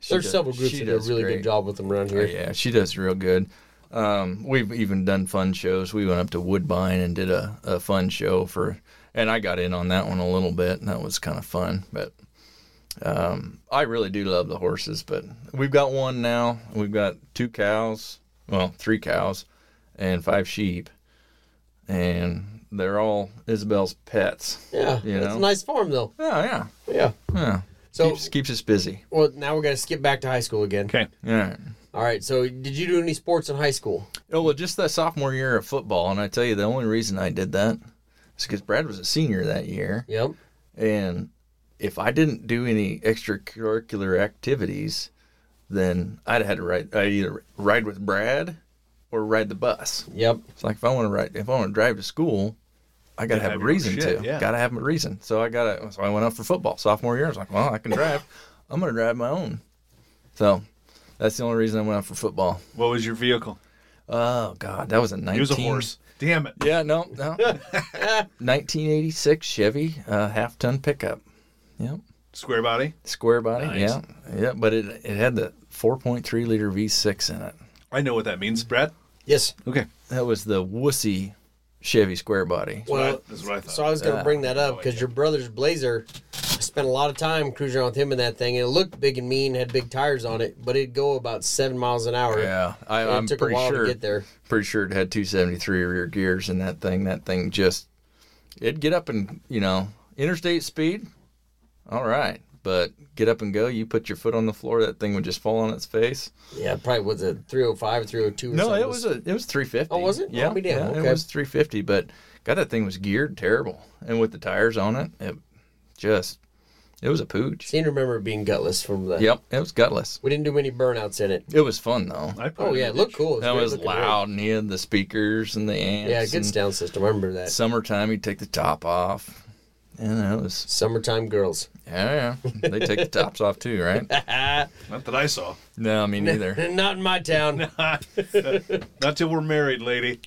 Speaker 3: she
Speaker 2: There's
Speaker 3: does-
Speaker 2: several groups
Speaker 3: she
Speaker 2: that do a
Speaker 3: does
Speaker 2: really
Speaker 3: great.
Speaker 2: good job with them around here.
Speaker 3: Yeah, she does real good. Um, we've even done fun shows. We went up to Woodbine and did a, a fun show for, and I got in on that one a little bit, and that was kind of fun. But um, I really do love the horses. But we've got one now. We've got two cows, well, three cows, and five sheep, and they're all Isabel's pets.
Speaker 2: Yeah.
Speaker 3: You
Speaker 2: It's
Speaker 3: know?
Speaker 2: a nice farm, though.
Speaker 3: Oh yeah,
Speaker 2: Yeah.
Speaker 3: yeah.
Speaker 2: So-
Speaker 3: keeps, keeps us busy.
Speaker 2: Well, now we're going to skip back to high school again.
Speaker 1: Okay.
Speaker 3: All right.
Speaker 2: All right. So did you do any sports in high school?
Speaker 3: Oh well, just that sophomore year of football, and I tell you, the only reason I did that is because Brad was a senior that year,
Speaker 2: Yep.
Speaker 3: and if I didn't do any extracurricular activities, then I'd had to ride. I either ride with Brad, or ride the bus.
Speaker 2: Yep.
Speaker 3: It's like if I want to ride, if I want to drive to school, I gotta
Speaker 1: Gotta
Speaker 3: have,
Speaker 1: have
Speaker 3: a
Speaker 1: your own
Speaker 3: reason
Speaker 1: shit,
Speaker 3: to.
Speaker 1: yeah.
Speaker 3: Gotta have a reason. So I gotta. So I went out for football sophomore year. I was like, well, I can drive. I'm gonna drive my own. So that's the only reason I went out for football.
Speaker 1: What was your vehicle?
Speaker 3: Oh God, that was a 19.
Speaker 1: It was a horse. Damn it.
Speaker 3: Yeah, no, no. 1986 Chevy uh, half ton pickup. Yep,
Speaker 1: Square body.
Speaker 3: square body.
Speaker 1: Nice.
Speaker 3: Yeah, yeah, but it it had the 4.3 liter V6 in it.
Speaker 1: I know what that means, Brad.
Speaker 2: Yes.
Speaker 1: Okay.
Speaker 3: That was the wussy Chevy square body.
Speaker 1: what I-
Speaker 2: Well,
Speaker 1: that's what I thought.
Speaker 2: So I was going to
Speaker 3: Yeah.
Speaker 2: bring that up because your brother's Blazer, I spent a lot of time cruising around with him in that thing, and it looked big and mean, had big tires on it, but it'd go about seven miles an hour.
Speaker 3: Yeah, I,
Speaker 2: It
Speaker 3: I'm
Speaker 2: took
Speaker 3: pretty
Speaker 2: a while
Speaker 3: sure.
Speaker 2: to get there.
Speaker 3: Pretty sure it had 273 rear gears in that thing. That thing just it'd get up and you know interstate speed. All right, but get up and go. You put your foot on the floor, that thing would just fall on its face.
Speaker 2: Yeah, it oh probably was a 305 or 302 or
Speaker 3: No,
Speaker 2: something.
Speaker 3: it was a it was 350.
Speaker 2: Oh, was it?
Speaker 3: Yeah,
Speaker 2: Oh, we did.
Speaker 3: yeah,
Speaker 2: Okay.
Speaker 3: it was 350. But God, that thing was geared terrible, and with the tires on it, it just it was a pooch.
Speaker 2: Seem to remember it being gutless from the.
Speaker 3: Yep, it was gutless.
Speaker 2: We didn't do any burnouts in it.
Speaker 3: It was fun though.
Speaker 1: I put
Speaker 2: Oh
Speaker 1: in
Speaker 2: yeah,
Speaker 1: a
Speaker 2: it looked
Speaker 1: ditch.
Speaker 2: cool. It
Speaker 3: That
Speaker 2: great
Speaker 3: was
Speaker 2: looking rig.
Speaker 3: loud, and he had the speakers and the amps.
Speaker 2: Yeah, good
Speaker 3: and
Speaker 2: sound system. I remember that.
Speaker 3: Summertime, he'd take the top off. And it was
Speaker 2: Summertime girls.
Speaker 3: yeah, yeah. They take the tops off too, right?
Speaker 1: Not that I saw.
Speaker 3: No, me neither.
Speaker 2: Not in my town.
Speaker 1: Not till we're married, lady.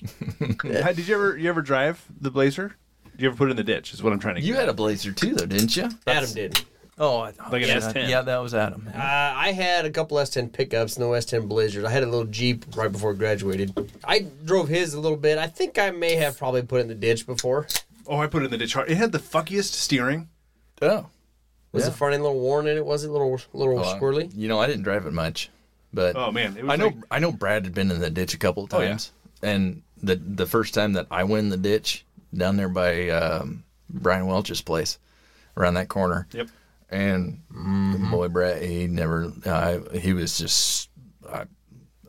Speaker 1: How- Did you ever you ever drive the Blazer? Did you ever put it in the ditch? Is what I'm trying to.
Speaker 3: You
Speaker 1: get.
Speaker 3: had a blazer too, though, didn't you?
Speaker 2: Adam did.
Speaker 3: Oh, I, oh
Speaker 1: Like an
Speaker 3: yeah,
Speaker 1: S10.
Speaker 3: Yeah, that was Adam.
Speaker 2: Uh, I had a couple S10 pickups, no S10 Blizzards. I had a little Jeep right before I graduated. I drove his a little bit. I think I may have probably put it in the ditch before.
Speaker 1: Oh, I put it in the ditch. hard. It had the fuckiest steering.
Speaker 3: Oh,
Speaker 2: Was
Speaker 3: Yeah.
Speaker 2: the front end a little worn in it? Was it a little little
Speaker 3: Well, I-
Speaker 2: squirrely?
Speaker 3: You know, I didn't drive it much, but
Speaker 1: Oh man, it was
Speaker 3: I know
Speaker 1: like-
Speaker 3: I know Brad had been in the ditch a couple of
Speaker 1: Oh, yeah.
Speaker 3: times, and the the first time that I went in the ditch down there by um, Brian Welch's place, around that corner,
Speaker 1: yep.
Speaker 3: and mm, boy, Brad, he never, I he was just. I,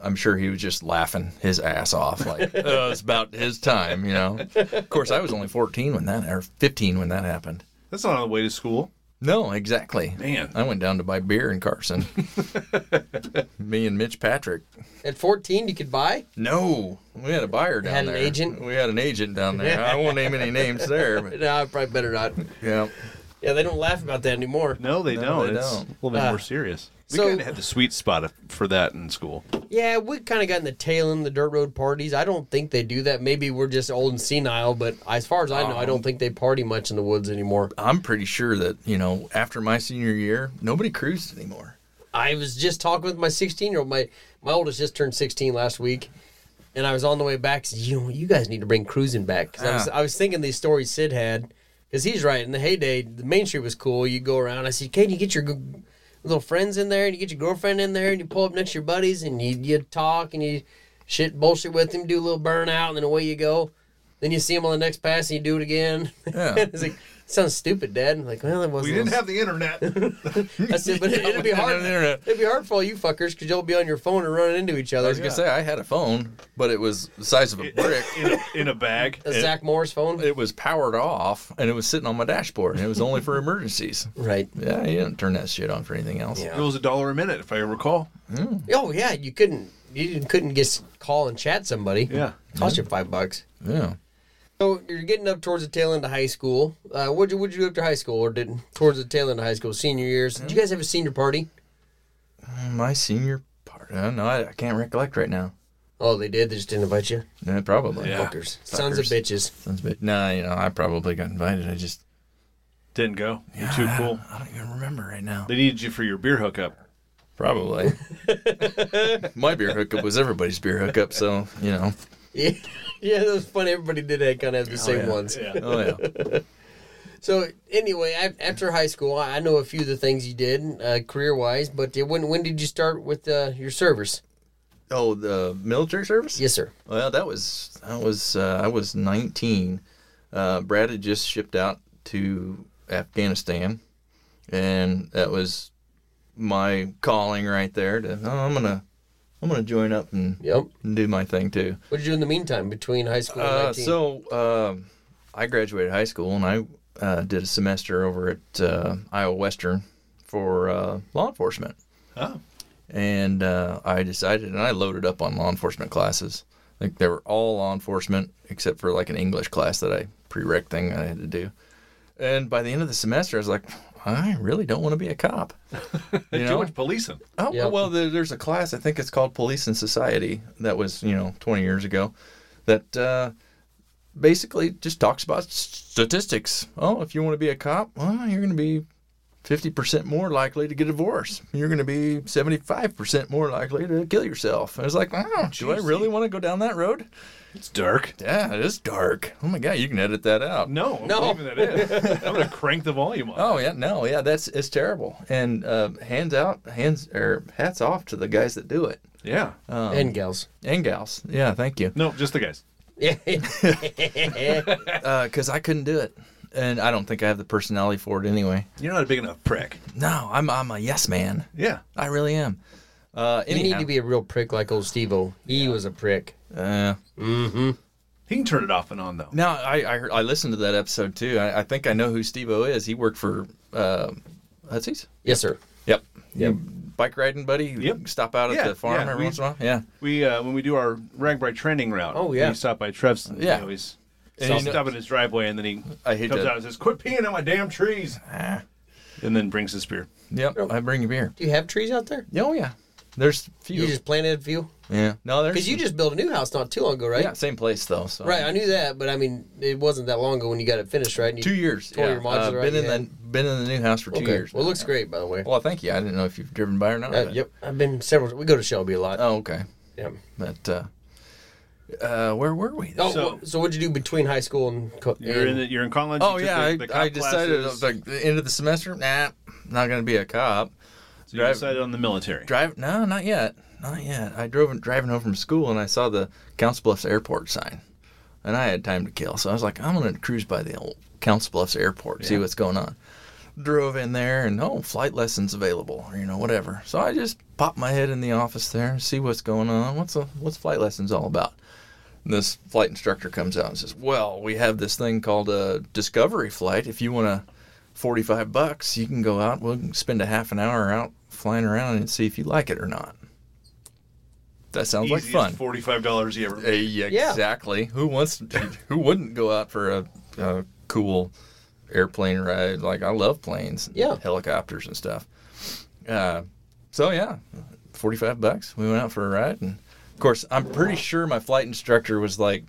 Speaker 3: I'm sure he was just laughing his ass off, like oh, it's about his time, you know. Of course, I was only 14 when that, or 15 when that happened.
Speaker 1: That's not on the way to school.
Speaker 3: No, exactly.
Speaker 1: Man.
Speaker 3: I went down to buy beer in Carson. Me and Mitch Patrick.
Speaker 2: At 14, you could buy.
Speaker 3: No, we had a buyer down
Speaker 2: had an
Speaker 3: there.
Speaker 2: agent?
Speaker 3: We had an agent down there. I won't name any names there, but
Speaker 2: No, I probably better not.
Speaker 3: yeah.
Speaker 2: Yeah, they don't laugh about that anymore.
Speaker 1: No, they
Speaker 3: No,
Speaker 1: don't.
Speaker 3: they
Speaker 1: it's
Speaker 3: don't.
Speaker 1: a little bit
Speaker 2: Ah.
Speaker 1: more serious. We
Speaker 2: So-
Speaker 1: kind of had the sweet spot of- for that in school.
Speaker 2: Yeah, we kind of got in the tail end of the dirt road parties. I don't think they do that. Maybe we're just old and senile, but as far as I know, I don't think they party much in the woods anymore.
Speaker 3: I'm pretty sure that you know after my senior year, nobody cruised anymore.
Speaker 2: I was just talking with my 16 year old. My my oldest just turned 16 last week, and I was on the way back. Said, you know, you guys need to bring cruising back because I was
Speaker 3: Yeah.
Speaker 2: I was thinking these stories Sid had because he's right. In the heyday, the main street was cool. You go around. I said, can you get your g- little friends in there and you get your girlfriend in there and you pull up next to your buddies and you you talk and you shit bullshit with them, do a little burnout, and then away you go. Then you see him on the next pass and you do it again.
Speaker 3: Yeah.
Speaker 2: it's like. Sounds stupid, Dad. I'm like, well, it wasn't. as-
Speaker 1: the internet.
Speaker 2: I said, but it, it'd be
Speaker 3: we didn't
Speaker 2: hard.
Speaker 3: have the internet.
Speaker 2: It'd be hard for all you fuckers because you'll be on your phone and running into each
Speaker 3: I
Speaker 2: other.
Speaker 3: was gonna say I had a phone, but it was the size of a brick.
Speaker 1: in, a, in a bag.
Speaker 2: A Zach Morris phone,
Speaker 3: It was powered off, and it was sitting on my dashboard, and it was only for emergencies.
Speaker 2: right?
Speaker 3: Yeah, you didn't turn that shit on for anything else.
Speaker 2: Yeah.
Speaker 1: It was a dollar a minute, if I recall.
Speaker 2: Oh yeah, you couldn't. You didn't- couldn't just call and chat somebody.
Speaker 1: Yeah.
Speaker 2: cost you five bucks.
Speaker 3: yeah.
Speaker 2: So you're getting up towards the tail end of high school. Uh, what'd you What'd you do after high school, or did towards the tail end of high school, senior years? Did you guys have a senior party?
Speaker 3: My senior part. Uh, no, I, I can't recollect right now.
Speaker 2: Oh, they did. They just didn't invite you.
Speaker 3: Yeah, probably.
Speaker 1: Yeah.
Speaker 2: Fuckers, sons of
Speaker 3: Fuckers.
Speaker 2: bitches.
Speaker 3: Sounds bad. Nah, you know, I probably got invited. I just
Speaker 1: Didn't go. You're too cool.
Speaker 3: I don't even remember right now.
Speaker 1: They needed you for your beer hookup.
Speaker 3: Probably. My beer hookup was everybody's beer hookup, so you know.
Speaker 2: Yeah, yeah, that was funny. Everybody did that kind of have the same
Speaker 3: yeah.
Speaker 2: ones.
Speaker 3: Oh yeah.
Speaker 2: So anyway, af- after high school, I I know a few of the things you did uh, career wise, but uh, when when did you start with uh, your service?
Speaker 3: Oh, the military service.
Speaker 2: Yes, sir.
Speaker 3: Well, that was that was uh, I was 19. Uh, Brad had just shipped out to Afghanistan, and that was my calling right there. To oh, I'm gonna I'm gonna join up and
Speaker 2: Yep.
Speaker 3: and do my thing too.
Speaker 2: What did you do in the meantime between high school and
Speaker 3: Uh,
Speaker 2: 19?
Speaker 3: so um, I graduated high school and I uh, did a semester over at uh, Iowa Western for uh, law enforcement.
Speaker 1: Oh.
Speaker 3: And uh, I decided, and I loaded up on law enforcement classes. think they were all law enforcement except for like an English class that I prereq thing I had to do. And by the end of the semester, I was like, I really don't want to be a cop.
Speaker 1: Too
Speaker 3: know?
Speaker 1: much policing.
Speaker 3: Oh
Speaker 2: Yep.
Speaker 3: well, there, there's a class I think it's called Police and Society that was you know 20 years ago, that uh, basically just talks about s- statistics. Oh, if you want to be a cop, well, you're going to be 50% more likely to get a divorce. You're going to be 75% more likely to kill yourself. And it's like, oh, do I really want to go down that road?
Speaker 1: It's dark.
Speaker 3: Yeah, it is dark. Oh my God, you can edit that out.
Speaker 1: No, I'm
Speaker 2: No.
Speaker 1: leaving that in. I'm gonna crank the volume up.
Speaker 3: Oh yeah, no, yeah, that's it's terrible. And uh, hands out, hands or hats off to the guys that do it.
Speaker 1: Yeah.
Speaker 3: um,
Speaker 2: and gals.
Speaker 3: And gals. Yeah, thank you.
Speaker 1: no, just the guys.
Speaker 2: Yeah.
Speaker 3: Because Uh, I couldn't do it. And I don't think I have the personality for it anyway.
Speaker 1: You're not a big enough prick.
Speaker 3: No, I'm, I'm a yes man.
Speaker 1: Yeah.
Speaker 3: I really am. Uh,
Speaker 2: you need
Speaker 3: anyhow,
Speaker 2: to be a real prick like old Steve-O. He was a prick.
Speaker 3: uh,
Speaker 1: He can turn it off and on though.
Speaker 3: no, I, I, heard- I listened to that episode too. I, I think I know who Steve O is. He worked for uh, Hudson's.
Speaker 2: Yes, sir.
Speaker 3: Yep. Yep. Bike riding buddy.
Speaker 1: Yep.
Speaker 3: Stop out at
Speaker 1: Yeah,
Speaker 3: the farm
Speaker 1: yeah,
Speaker 3: every
Speaker 1: we-
Speaker 3: once in a while. Yeah.
Speaker 1: We uh, when we do our Ragbri training route.
Speaker 2: Oh, yeah.
Speaker 1: We stop by Trev's. And
Speaker 3: Yeah.
Speaker 1: He always
Speaker 3: And you know-
Speaker 1: stop in his driveway and then he
Speaker 3: I hate Ah.
Speaker 1: comes
Speaker 3: that.
Speaker 1: out and says, "Quit peeing on my damn trees," and then brings his spear.
Speaker 3: Yep. I bring you beer.
Speaker 2: Do you have trees out there?
Speaker 3: Oh yeah. There's a few.
Speaker 2: You just planted a few?
Speaker 3: yeah. No, there's
Speaker 2: Because you just built a new house not too long ago, right?
Speaker 3: yeah, same place though. So
Speaker 2: Right, I knew that, but I mean, it wasn't that long ago when you got it finished, right? And you
Speaker 3: Two years.
Speaker 2: Tore your modular
Speaker 3: Uh,
Speaker 2: out
Speaker 3: been
Speaker 2: you
Speaker 3: in the been in the new house for two
Speaker 2: Okay.
Speaker 3: years.
Speaker 2: Well, it
Speaker 3: now,
Speaker 2: looks
Speaker 3: yeah.
Speaker 2: great, by the way.
Speaker 3: Well, thank you. I didn't know if you've driven by or not.
Speaker 2: Uh,
Speaker 3: but-
Speaker 2: yep, I've been several. We go to Shelby a lot.
Speaker 3: Oh, okay.
Speaker 2: yeah.
Speaker 3: But uh, uh, where were we?
Speaker 2: Oh,
Speaker 1: So-
Speaker 2: so, so what'd you do between high school and? Co-
Speaker 1: You're in
Speaker 2: and-
Speaker 1: the, you're in college.
Speaker 3: Oh,
Speaker 1: you took
Speaker 3: yeah. I,
Speaker 1: the- the
Speaker 3: I
Speaker 1: cop
Speaker 3: decided
Speaker 1: classes,
Speaker 3: like the end of the semester. Nah, not gonna be a cop.
Speaker 1: so you
Speaker 3: drive-
Speaker 1: decided on the military.
Speaker 3: Drive? No, not yet. Not yet. I drove driving home from school and I saw the Council Bluffs Airport sign, and I had time to kill, so I was like, I'm gonna cruise by the old Council Bluffs Airport, see what's going on. Drove in there and oh, flight lessons available, or you know whatever. So I just popped my head in the office there and see what's going on. What's a, what's flight lessons all about? And this flight instructor comes out and says, "Well, we have this thing called a discovery flight. If you want to, forty-five bucks, you can go out. We'll spend a half an hour out flying around and see if you like it or not." That sounds like
Speaker 1: Easiest
Speaker 3: fun.
Speaker 1: Forty-five dollars you ever.
Speaker 3: Uh, yeah,
Speaker 2: Yeah.
Speaker 3: Exactly. Who wants? Who wouldn't go out for a, a cool airplane ride? Like I love planes, and
Speaker 2: Yeah.
Speaker 3: helicopters and stuff. Uh, so yeah, forty-five bucks. We went out for a ride, and of course, I'm pretty sure my flight instructor was like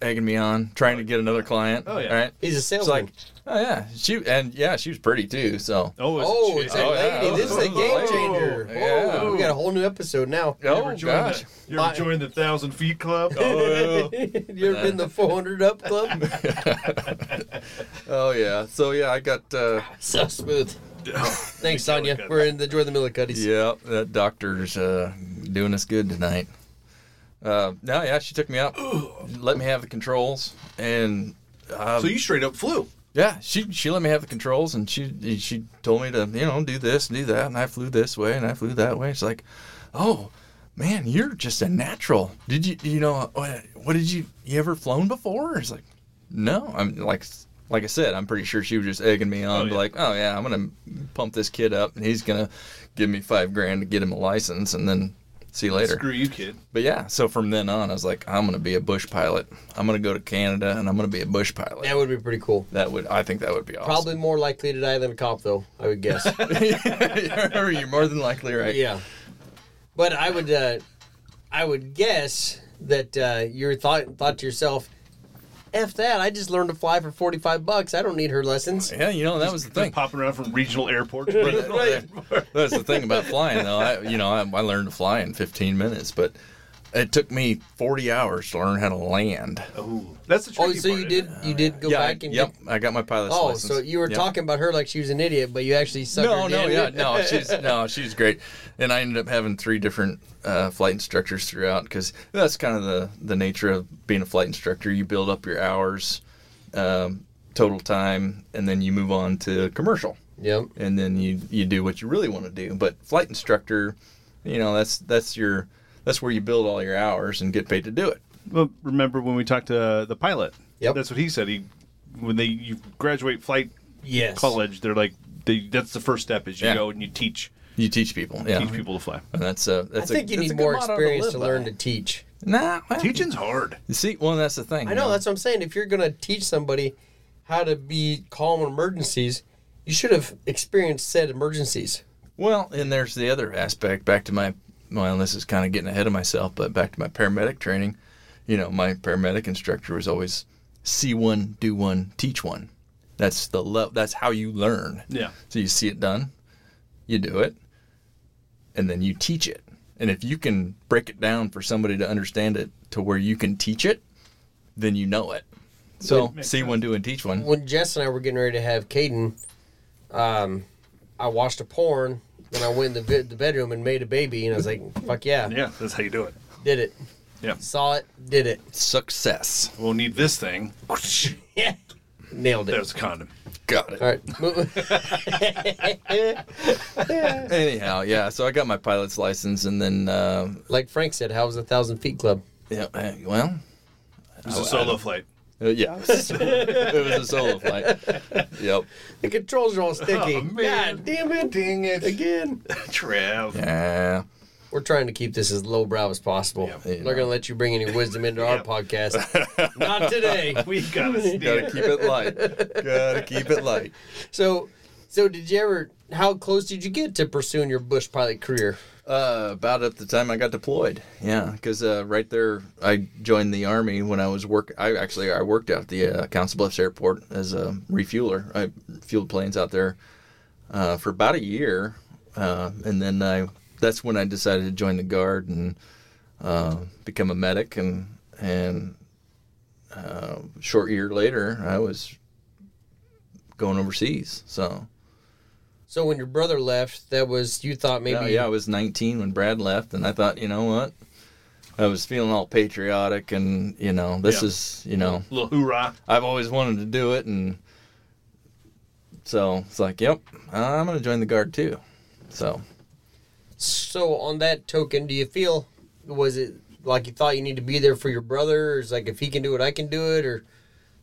Speaker 3: egging me on, trying to get another client.
Speaker 1: Oh, yeah.
Speaker 3: right.
Speaker 2: He's a
Speaker 3: It's
Speaker 2: salesman.
Speaker 3: like, oh yeah, she and yeah, she was pretty too. So
Speaker 1: Oh, it's
Speaker 2: oh, it's a
Speaker 3: Oh, yeah.
Speaker 2: lady. This is a
Speaker 3: Oh,
Speaker 2: game
Speaker 3: oh,
Speaker 2: changer. Oh,
Speaker 3: yeah.
Speaker 2: we got a whole new episode now.
Speaker 1: You ever joined the- you ever
Speaker 2: My-
Speaker 1: joined the thousand feet club?
Speaker 3: Oh, yeah.
Speaker 2: you ever been the 400 up club?
Speaker 3: oh yeah. So yeah, I got. Uh,
Speaker 2: so smooth. Thanks, Sonia.
Speaker 1: Millicut.
Speaker 2: We're in the Joy the Millet Cuddies.
Speaker 3: Yeah, that doctor's uh, doing us good tonight. Uh, no, yeah, she took me out, let me have the controls, and
Speaker 1: so you straight up flew.
Speaker 3: yeah, she she let me have the controls, and she she told me to you know do this and do that, and I flew this way and I flew that way. It's like, oh man, you're just a natural. Did you you know what, what did you you ever flown before? It's like, no, I'm like like I said, I'm pretty sure she was just egging me on,
Speaker 1: Oh, yeah.
Speaker 3: like, oh yeah, I'm gonna pump this kid up, and he's gonna give me five grand to get him a license, and then see you later.
Speaker 1: Screw you, kid.
Speaker 3: But yeah, so from then on, I was like, I'm gonna be a bush pilot. I'm gonna go to Canada, and I'm gonna be a bush pilot.
Speaker 2: That would be pretty cool.
Speaker 3: that would I think that would be awesome.
Speaker 2: Probably more likely to die than a cop, though. I would guess.
Speaker 3: You're more than likely right.
Speaker 2: yeah, but I would, uh, I would guess that uh, you thought thought to yourself, "F that! I just learned to fly for forty five bucks. I don't need her lessons."
Speaker 3: Yeah, you know that was the
Speaker 1: Just
Speaker 3: thing.
Speaker 1: popping around from regional airport.
Speaker 2: Right.
Speaker 3: That's the thing about flying, though. I, you know, I, I learned to fly in 15 minutes, but it took me 40 hours to learn how to land.
Speaker 1: Oh, that's the
Speaker 2: Oh,
Speaker 1: tricky
Speaker 2: so
Speaker 1: part,
Speaker 2: you
Speaker 1: isn't
Speaker 2: did you did go
Speaker 3: yeah, I,
Speaker 2: back and
Speaker 3: yep,
Speaker 2: get-
Speaker 3: I got my pilot's
Speaker 2: oh,
Speaker 3: license.
Speaker 2: so you were
Speaker 3: Yep.
Speaker 2: talking about her like she was an idiot, but you actually sucked
Speaker 3: No,
Speaker 2: her
Speaker 3: no,
Speaker 2: in.
Speaker 3: yeah, no. She's no, she's great. And I ended up having three different uh, flight instructors throughout because that's kind of the the nature of being a flight instructor. You build up your hours, um, total time, and then you move on to commercial.
Speaker 2: Yep.
Speaker 3: and then you you do what you really want to do. But flight instructor, you know, that's that's your that's where you build all your hours and get paid to do it.
Speaker 1: it? Well, remember when we talked to uh, the pilot?
Speaker 2: Yep.
Speaker 1: That's what he said. He when they you graduate flight
Speaker 2: Yes.
Speaker 1: college, they're like they, that's the first step is you
Speaker 3: Yeah.
Speaker 1: go and you teach
Speaker 3: You teach people, yeah.
Speaker 1: teach people to fly.
Speaker 3: And that's a
Speaker 2: I
Speaker 3: that's a-
Speaker 2: think you
Speaker 3: that's a
Speaker 2: need
Speaker 3: good
Speaker 2: more
Speaker 3: motto
Speaker 2: experience
Speaker 3: live
Speaker 2: to
Speaker 3: by.
Speaker 2: learn to teach.
Speaker 3: Nah, well,
Speaker 1: Teaching's hard.
Speaker 3: You see, well, that's the thing.
Speaker 2: I
Speaker 3: you
Speaker 2: know that's what I'm saying. If you're going to teach somebody how to be calm in emergencies, you should have experienced said emergencies.
Speaker 3: Well, and there's the other aspect. Back to my well, this is kind of getting ahead of myself, but back to my paramedic training. You know, my paramedic instructor was always see one, do one, teach one. That's the love. That's how you learn.
Speaker 1: Yeah.
Speaker 3: So you see it done, you do it, and then you teach it. And if you can break it down for somebody to understand it to where you can teach it, then you know it. So see one, do and teach one.
Speaker 2: When Jess and I were getting ready to have Caden, um, I watched a porn. Then I went in the, bed- the bedroom and made a baby, and I was like, "Fuck yeah,
Speaker 1: Yeah, that's how you do it.
Speaker 2: did it,
Speaker 1: Yeah.
Speaker 2: saw it, did it,
Speaker 3: Success.
Speaker 1: We'll need this thing. Whoosh.
Speaker 2: yeah, nailed it."
Speaker 1: There's a condom.
Speaker 3: Got it.
Speaker 2: All right, mo-
Speaker 3: Anyhow, yeah. So I got my pilot's license, and then uh,
Speaker 2: like Frank said, how was the thousand feet club?
Speaker 3: yeah, uh, well,
Speaker 1: It's a solo flight.
Speaker 3: uh, yeah, it was, a solo- it was a solo flight. Yep.
Speaker 2: The controls are all sticky.
Speaker 1: Oh, man.
Speaker 2: God damn it!
Speaker 1: Dang it.
Speaker 2: Again,
Speaker 1: Trev.
Speaker 3: Yeah.
Speaker 2: we're trying to keep this as lowbrow as possible.
Speaker 1: Yeah.
Speaker 2: We're not gonna let you bring any wisdom into our
Speaker 1: Yeah.
Speaker 2: podcast. not today.
Speaker 1: We gotta
Speaker 3: Gotta
Speaker 1: steer.
Speaker 3: keep it light. Gotta keep it light.
Speaker 2: So, so did you ever? How close did you get to pursuing your bush pilot career?
Speaker 3: Uh, about at the time I got deployed. Yeah, because uh, right there I joined the army when I was work. I actually I worked out at the uh, Council Bluffs Airport as a refueler. I fueled planes out there uh, for about a year, uh, and then I that's when I decided to join the guard and uh, become a medic. And and uh, short year later, I was going overseas. So
Speaker 2: So when your brother left, that was you thought maybe
Speaker 3: yeah, yeah, I was 19 when Brad left, and I thought, you know what? I was feeling all patriotic, and you know, this
Speaker 1: Yeah.
Speaker 3: is, you know,
Speaker 1: Little hoorah.
Speaker 3: I've always wanted to do it, and so it's like, yep, I'm gonna join the guard too. So
Speaker 2: So on that token, do you feel was it like you thought you need to be there for your brother? Or is like if he can do it, I can do it, or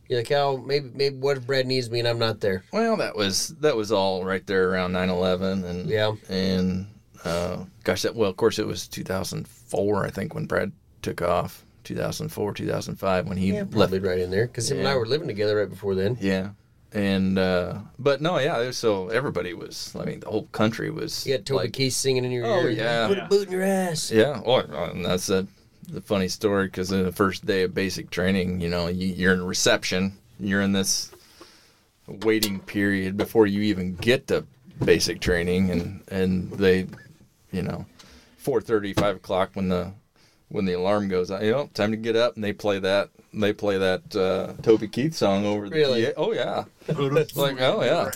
Speaker 2: you're like, oh, maybe maybe what if Brad needs me and I'm not there?
Speaker 3: Well, that was that was all right there around 9/11, and
Speaker 2: Yeah.
Speaker 3: and uh, gosh, that well, of course, it was 2004, I think, when Brad took off. 2004, 2005, when he left.
Speaker 2: Probably right in there because him and I
Speaker 3: Yeah.
Speaker 2: were living together right before then.
Speaker 3: Yeah, and uh, but no, yeah, it was- so everybody was. I mean, the whole country was.
Speaker 2: You got Toby
Speaker 3: like,
Speaker 2: Keith singing in your
Speaker 3: Oh,
Speaker 2: ear.
Speaker 3: yeah.
Speaker 2: put a boot in your ass.
Speaker 3: Yeah, or and that's a the funny story because the first day of basic training, you know, you, you're in reception, you're in this waiting period before you even get to basic training, and and they, you know, four thirty, five o'clock when the when the alarm goes out, you know, time to get up, and they play that they play that uh, Toby Keith song over the
Speaker 2: Really?
Speaker 3: PA. Oh yeah, it's like oh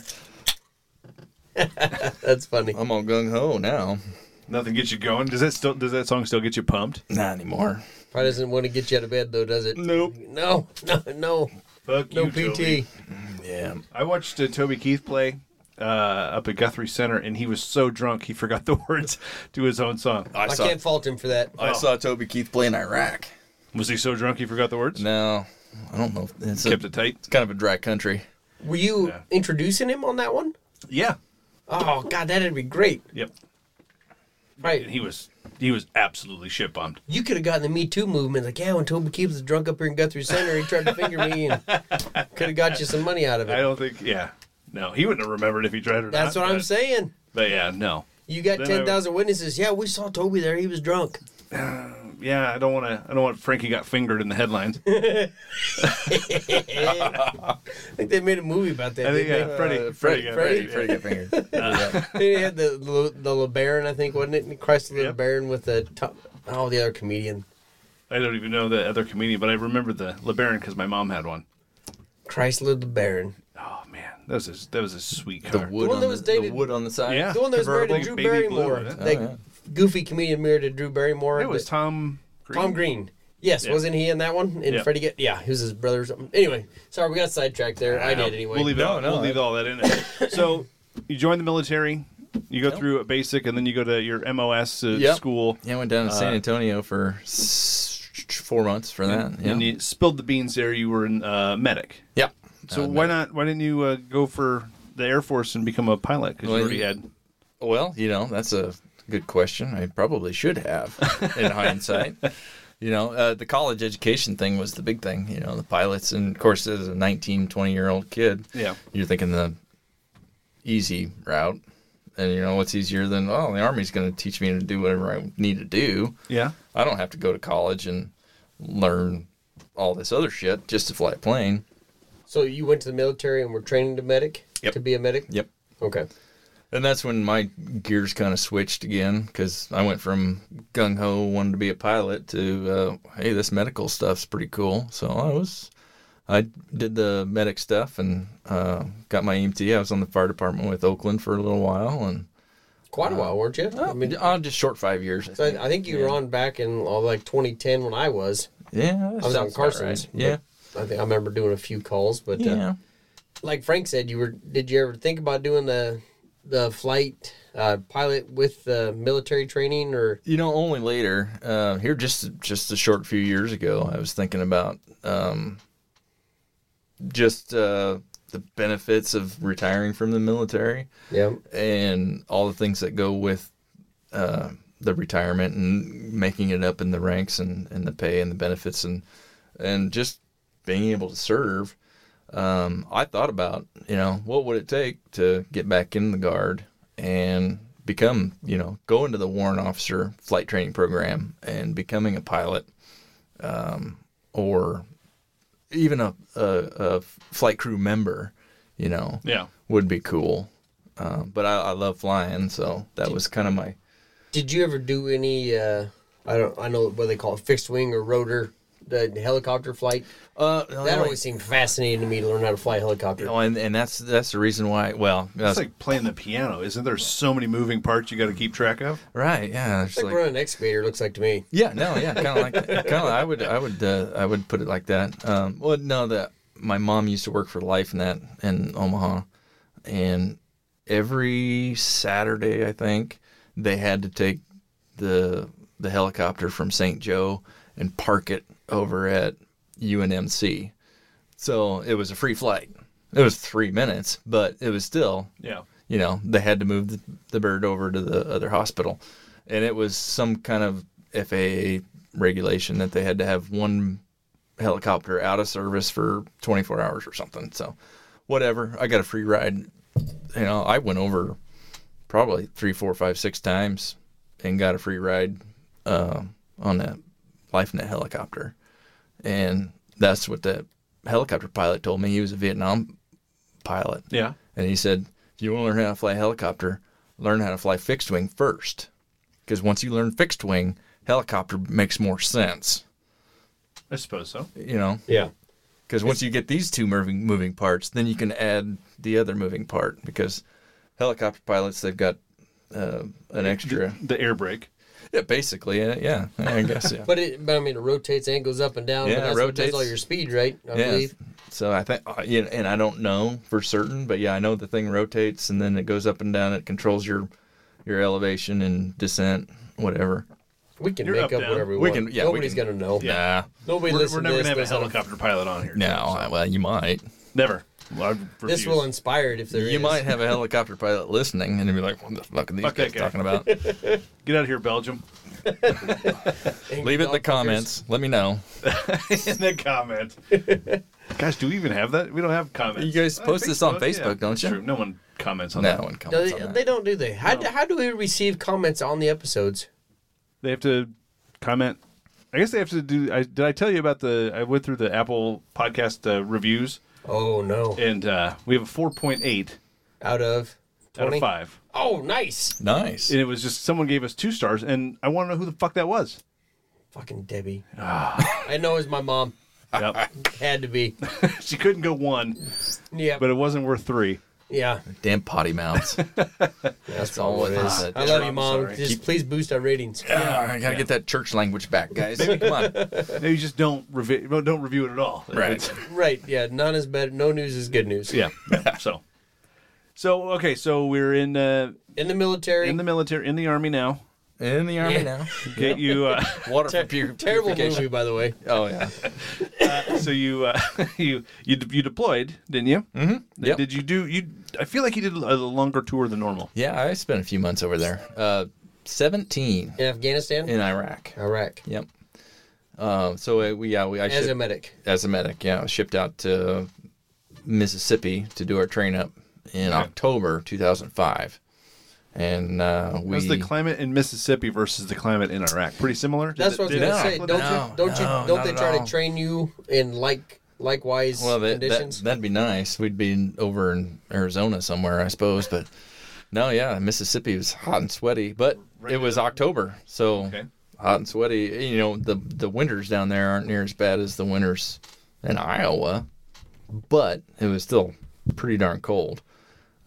Speaker 3: yeah,
Speaker 2: That's funny.
Speaker 3: I'm all gung ho now.
Speaker 1: Nothing gets you going. Does that still? Does that song still get you pumped?
Speaker 3: Not anymore.
Speaker 2: Probably doesn't want to get you out of bed though, does it?
Speaker 3: Nope.
Speaker 2: No, no, no,
Speaker 1: Fuck
Speaker 2: no
Speaker 1: you,
Speaker 2: PT.
Speaker 1: Toby.
Speaker 3: Yeah.
Speaker 1: I watched uh, Toby Keith play uh, up at Guthrie Center, and he was so drunk he forgot the words to his own song.
Speaker 3: I,
Speaker 2: I
Speaker 3: saw
Speaker 2: can't fault him for that.
Speaker 1: Oh.
Speaker 3: I saw Toby Keith play in Iraq.
Speaker 1: Was he so drunk he forgot the words?
Speaker 3: No, I don't know. It's, a,
Speaker 1: Kept it tight.
Speaker 3: it's kind of a dry country.
Speaker 2: Were you
Speaker 1: Yeah.
Speaker 2: introducing him on that one?
Speaker 1: Yeah.
Speaker 2: Oh God, that'd be great.
Speaker 1: Yep.
Speaker 2: Right.
Speaker 1: And he was he was absolutely shit bombed.
Speaker 2: you could have gotten the Me Too movement. Like, yeah, when Toby Keith was drunk up here in Guthrie Center, he tried to finger me and could have got you some money out of
Speaker 1: I
Speaker 2: it.
Speaker 1: don't think. Yeah. No, he wouldn't have remembered if he tried or not.
Speaker 2: That's what I'm
Speaker 1: but-
Speaker 2: saying.
Speaker 1: But yeah, no.
Speaker 2: You got
Speaker 1: Then I-
Speaker 2: 10,000 witnesses. Yeah, we saw Toby there. He was drunk.
Speaker 1: Yeah, I don't want to. I don't want Frankie got fingered in the headlines.
Speaker 2: I think they made a movie about that.
Speaker 1: I think
Speaker 2: didn't
Speaker 1: yeah, Freddie.
Speaker 3: Uh,
Speaker 1: Freddie.
Speaker 3: Freddie,
Speaker 1: got
Speaker 3: Freddie,
Speaker 1: fingered.
Speaker 3: Freddie got fingered.
Speaker 2: they? they had the Le- the LeBaron, I think, wasn't it? Christ the
Speaker 1: Yep.
Speaker 2: LeBaron with the top, oh, the other comedian.
Speaker 1: I don't even know the other comedian, but I remember the LeBaron because my mom had one.
Speaker 2: Christ the LeBaron.
Speaker 1: Oh man, that was a, that was a sweet
Speaker 3: The
Speaker 1: car.
Speaker 3: wood,
Speaker 2: one
Speaker 3: on
Speaker 2: that
Speaker 3: the,
Speaker 2: was
Speaker 3: the
Speaker 2: dated-
Speaker 3: wood on the side.
Speaker 1: Yeah.
Speaker 2: The one that was married to Drew
Speaker 1: Convertible baby blue,
Speaker 2: Barrymore.
Speaker 1: wasn't it?
Speaker 2: That
Speaker 3: Oh, yeah.
Speaker 2: goofy comedian married to Drew Barrymore.
Speaker 1: it was
Speaker 2: that-
Speaker 1: Tom. Green.
Speaker 2: Tom Green. Yes,
Speaker 1: Yeah.
Speaker 2: wasn't he in that one? In
Speaker 1: Yeah.
Speaker 2: Freddie Get yeah, he was his brother or something. Anyway, sorry, we got sidetracked there. I did anyway.
Speaker 1: We'll leave,
Speaker 3: No,
Speaker 1: all,
Speaker 3: no,
Speaker 1: we'll leave
Speaker 3: I-
Speaker 1: all that in it. so you join the military, you go through a basic, and then you go to your MOS uh,
Speaker 3: Yep.
Speaker 1: school.
Speaker 3: Yeah, I went down to San Antonio for s- four months for that. Yeah.
Speaker 1: And you spilled the beans there. You were in uh, medic.
Speaker 3: yeah.
Speaker 1: So
Speaker 3: Uh,
Speaker 1: why not? Why didn't you uh, go for the Air Force and become a pilot? Because
Speaker 3: Well,
Speaker 1: you already
Speaker 3: you-
Speaker 1: had.
Speaker 3: Well, you know, that's a good question. I probably should have in hindsight. you know, uh, the college education thing was the big thing. You know, the pilots, and of course, as a 19, 20 year old kid,
Speaker 1: Yeah.
Speaker 3: you're thinking the easy route. And you know what's easier than oh the army's going to teach me to do whatever I need to do.
Speaker 1: Yeah.
Speaker 3: I don't have to go to college and learn all this other shit just to fly a plane.
Speaker 2: So you went to the military and were training to medic
Speaker 3: Yep.
Speaker 2: to be a medic.
Speaker 3: Yep.
Speaker 2: Okay.
Speaker 3: And that's when my gears kind of switched again because I went from gung ho wanting to be a pilot to uh, hey, this medical stuff's pretty cool. So I was, I did the medic stuff and uh, got my EMT. I was on the fire department with Oakland for a little while and
Speaker 2: Quite a while, weren't you? I mean,
Speaker 3: uh, just short five years.
Speaker 2: so Oh. I, I think you were on back in uh, like 2010 when I was.
Speaker 3: yeah, that
Speaker 2: I was on
Speaker 3: sounds about
Speaker 2: Carson's,
Speaker 3: right. Yeah,
Speaker 2: I think I remember doing a few calls, but uh,
Speaker 3: yeah.
Speaker 2: like Frank said, you were. Did you ever think about doing the the flight uh, pilot with the military training or?
Speaker 3: you know only later uh, here just just a short few years ago i was thinking about um, just uh, the benefits of retiring from the military
Speaker 2: Yeah.
Speaker 3: and all the things that go with uh, the retirement and making it up in the ranks and, and the pay and the benefits and and just being able to serve. Um, I thought about you know what would it take to get back in the guard and become you know go into the warrant officer flight training program and becoming a pilot um, or even a, a, a flight crew member you know
Speaker 1: Yeah.
Speaker 3: would be cool. Um, but I, I love flying, so that was kind of my.
Speaker 2: Did you ever do any? Uh, I don't. I know what they call it, fixed wing or rotor, the helicopter flight.
Speaker 3: Uh,
Speaker 1: Oh,
Speaker 2: That always seemed fascinating to me to learn how to fly a helicopter.
Speaker 3: and, and that's that's the reason why. Well, that's
Speaker 1: It's like playing the piano, isn't there? So many moving parts you got to keep track of.
Speaker 3: right. Yeah, it's
Speaker 2: It's like,
Speaker 3: like-
Speaker 2: running an excavator looks like to me.
Speaker 3: yeah, no, yeah, kind of like that. Kind of, I would, I would, uh, I would put it like that. Um, well, no, that my mom used to work for Life Net in Omaha, and every Saturday, I think they had to take the the helicopter from St. Joe and park it over at UNMC. So it was a free flight. It was three minutes, but it was still
Speaker 1: Yeah.
Speaker 3: you know, they had to move the, the bird over to the other hospital. And it was some kind of FAA regulation that they had to have one helicopter out of service for 24 hours or something. So, whatever. I got a free ride. You know, I went over probably three, four, five, six times and got a free ride uh, on a LifeNet helicopter. And that's what the helicopter pilot told me. He was a Vietnam pilot.
Speaker 1: Yeah.
Speaker 3: And he said, if you want to learn how to fly a helicopter, learn how to fly fixed wing first. Because once you learn fixed wing, helicopter makes more sense,
Speaker 1: I suppose so.
Speaker 3: you know?
Speaker 2: Yeah.
Speaker 3: Because once you get these two moving, moving parts, then you can add the other moving part. Because helicopter pilots, they've got uh, an extra.
Speaker 1: The air brake.
Speaker 3: Yeah, basically, uh, yeah, I guess, yeah.
Speaker 2: But it, but I mean, it rotates and goes up and down.
Speaker 3: Yeah,
Speaker 2: but
Speaker 3: it
Speaker 2: that's What
Speaker 3: rotates.
Speaker 2: does all your speed, right? I
Speaker 3: yeah.
Speaker 2: believe.
Speaker 3: So I think, uh, you know, and I don't know for certain, but yeah, I know the thing rotates and then it goes up and down. It controls your your elevation and descent, whatever.
Speaker 2: We can
Speaker 1: You're
Speaker 2: make
Speaker 1: up,
Speaker 2: up,
Speaker 1: down.
Speaker 2: whatever we,
Speaker 3: We
Speaker 2: want.
Speaker 3: can- yeah, we
Speaker 2: Nobody's
Speaker 3: can-
Speaker 2: gonna know.
Speaker 1: Yeah.
Speaker 2: Nobody
Speaker 1: We're,
Speaker 2: listening
Speaker 1: we're never going
Speaker 2: to
Speaker 1: to have a
Speaker 2: this uh, doesn't-
Speaker 1: helicopter pilot on here.
Speaker 3: No, I- well, you might.
Speaker 1: Never. Well, I refuse.
Speaker 2: This will inspire it if there is.
Speaker 3: You might have a helicopter pilot listening and be like, "What the fuck are these
Speaker 1: Fuck that
Speaker 3: guys
Speaker 1: guy."
Speaker 3: talking about?"
Speaker 1: Get out of here, Belgium.
Speaker 2: Angry
Speaker 3: Leave it in the
Speaker 2: dog fuckers.
Speaker 3: comments. Let me know.
Speaker 1: in the comments. Gosh, do we even have that? We don't have comments.
Speaker 3: You guys
Speaker 1: Uh,
Speaker 3: post this on Facebook, don't
Speaker 1: that's
Speaker 3: you?
Speaker 1: True. No one comments on
Speaker 3: No
Speaker 1: that.
Speaker 3: one
Speaker 2: No,
Speaker 3: comments
Speaker 2: they,
Speaker 3: on
Speaker 2: they
Speaker 3: that.
Speaker 2: don't do they. How, do, how do we receive comments on the episodes?
Speaker 1: They have to comment. I guess they have to do. I, did I tell you about the? I went through the Apple podcast uh, reviews,
Speaker 2: Oh no!
Speaker 1: and uh, we have a four point eight
Speaker 2: Out of
Speaker 1: out
Speaker 2: twenty.
Speaker 1: of five,
Speaker 2: Oh, nice!
Speaker 3: Nice.
Speaker 1: and it was just someone gave us two stars, and I want to know who the fuck that was.
Speaker 2: Fucking Debbie.
Speaker 3: Ah.
Speaker 2: I know it's my mom.
Speaker 1: Yep.
Speaker 2: Had to be.
Speaker 1: she couldn't go one,
Speaker 2: Yeah.
Speaker 1: but it wasn't worth three.
Speaker 2: yeah.
Speaker 3: Damn potty mouths. That's all it is.
Speaker 2: I love you,
Speaker 1: I'm
Speaker 2: mom.
Speaker 1: sorry.
Speaker 2: Just please boost our ratings.
Speaker 3: Ah, I gotta get that church language back, guys. Come on.
Speaker 1: No, you just don't review. Don't review it at all.
Speaker 3: Right.
Speaker 2: Right? Yeah. None is bad. No news is good news.
Speaker 1: yeah. yeah, So. So okay, so we're in uh,
Speaker 2: In the military.
Speaker 1: in the military, in the army now.
Speaker 3: In the army now.
Speaker 1: Okay, you. Uh,
Speaker 3: Water for pur-
Speaker 2: terrible
Speaker 3: purification.
Speaker 2: movie, by the way.
Speaker 3: Oh yeah.
Speaker 1: so you uh, you you de- you deployed, didn't you? Mm-hmm.
Speaker 3: Yep.
Speaker 1: Did you do you? I feel like you did a longer tour than normal.
Speaker 3: Yeah, I spent a few months over there. Uh, Seventeen
Speaker 2: In Afghanistan.
Speaker 3: in Iraq.
Speaker 2: Iraq.
Speaker 3: Yep. Um, so uh, we yeah we I
Speaker 2: as a
Speaker 3: shipped,
Speaker 2: medic.
Speaker 3: as a medic yeah shipped out to Mississippi to do our train up in October 2005, and uh, we
Speaker 1: That's the climate in Mississippi versus the climate in Iraq. Pretty similar. Did
Speaker 2: That's
Speaker 1: the-
Speaker 2: what I was
Speaker 1: did
Speaker 2: gonna
Speaker 1: Iraq
Speaker 2: say.
Speaker 1: look
Speaker 2: Don't
Speaker 1: different?
Speaker 2: you, don't
Speaker 3: no,
Speaker 2: you don't
Speaker 3: not
Speaker 2: they
Speaker 3: at
Speaker 2: try
Speaker 3: all.
Speaker 2: to train you in like likewise
Speaker 3: well that,
Speaker 2: conditions?
Speaker 3: that would be nice. We'd be over in Arizona somewhere I suppose, but no yeah Mississippi was hot and sweaty, but it was October so
Speaker 1: Okay.
Speaker 3: hot and sweaty. You know the the winters down there aren't near as bad as the winters in Iowa, but it was still pretty darn cold.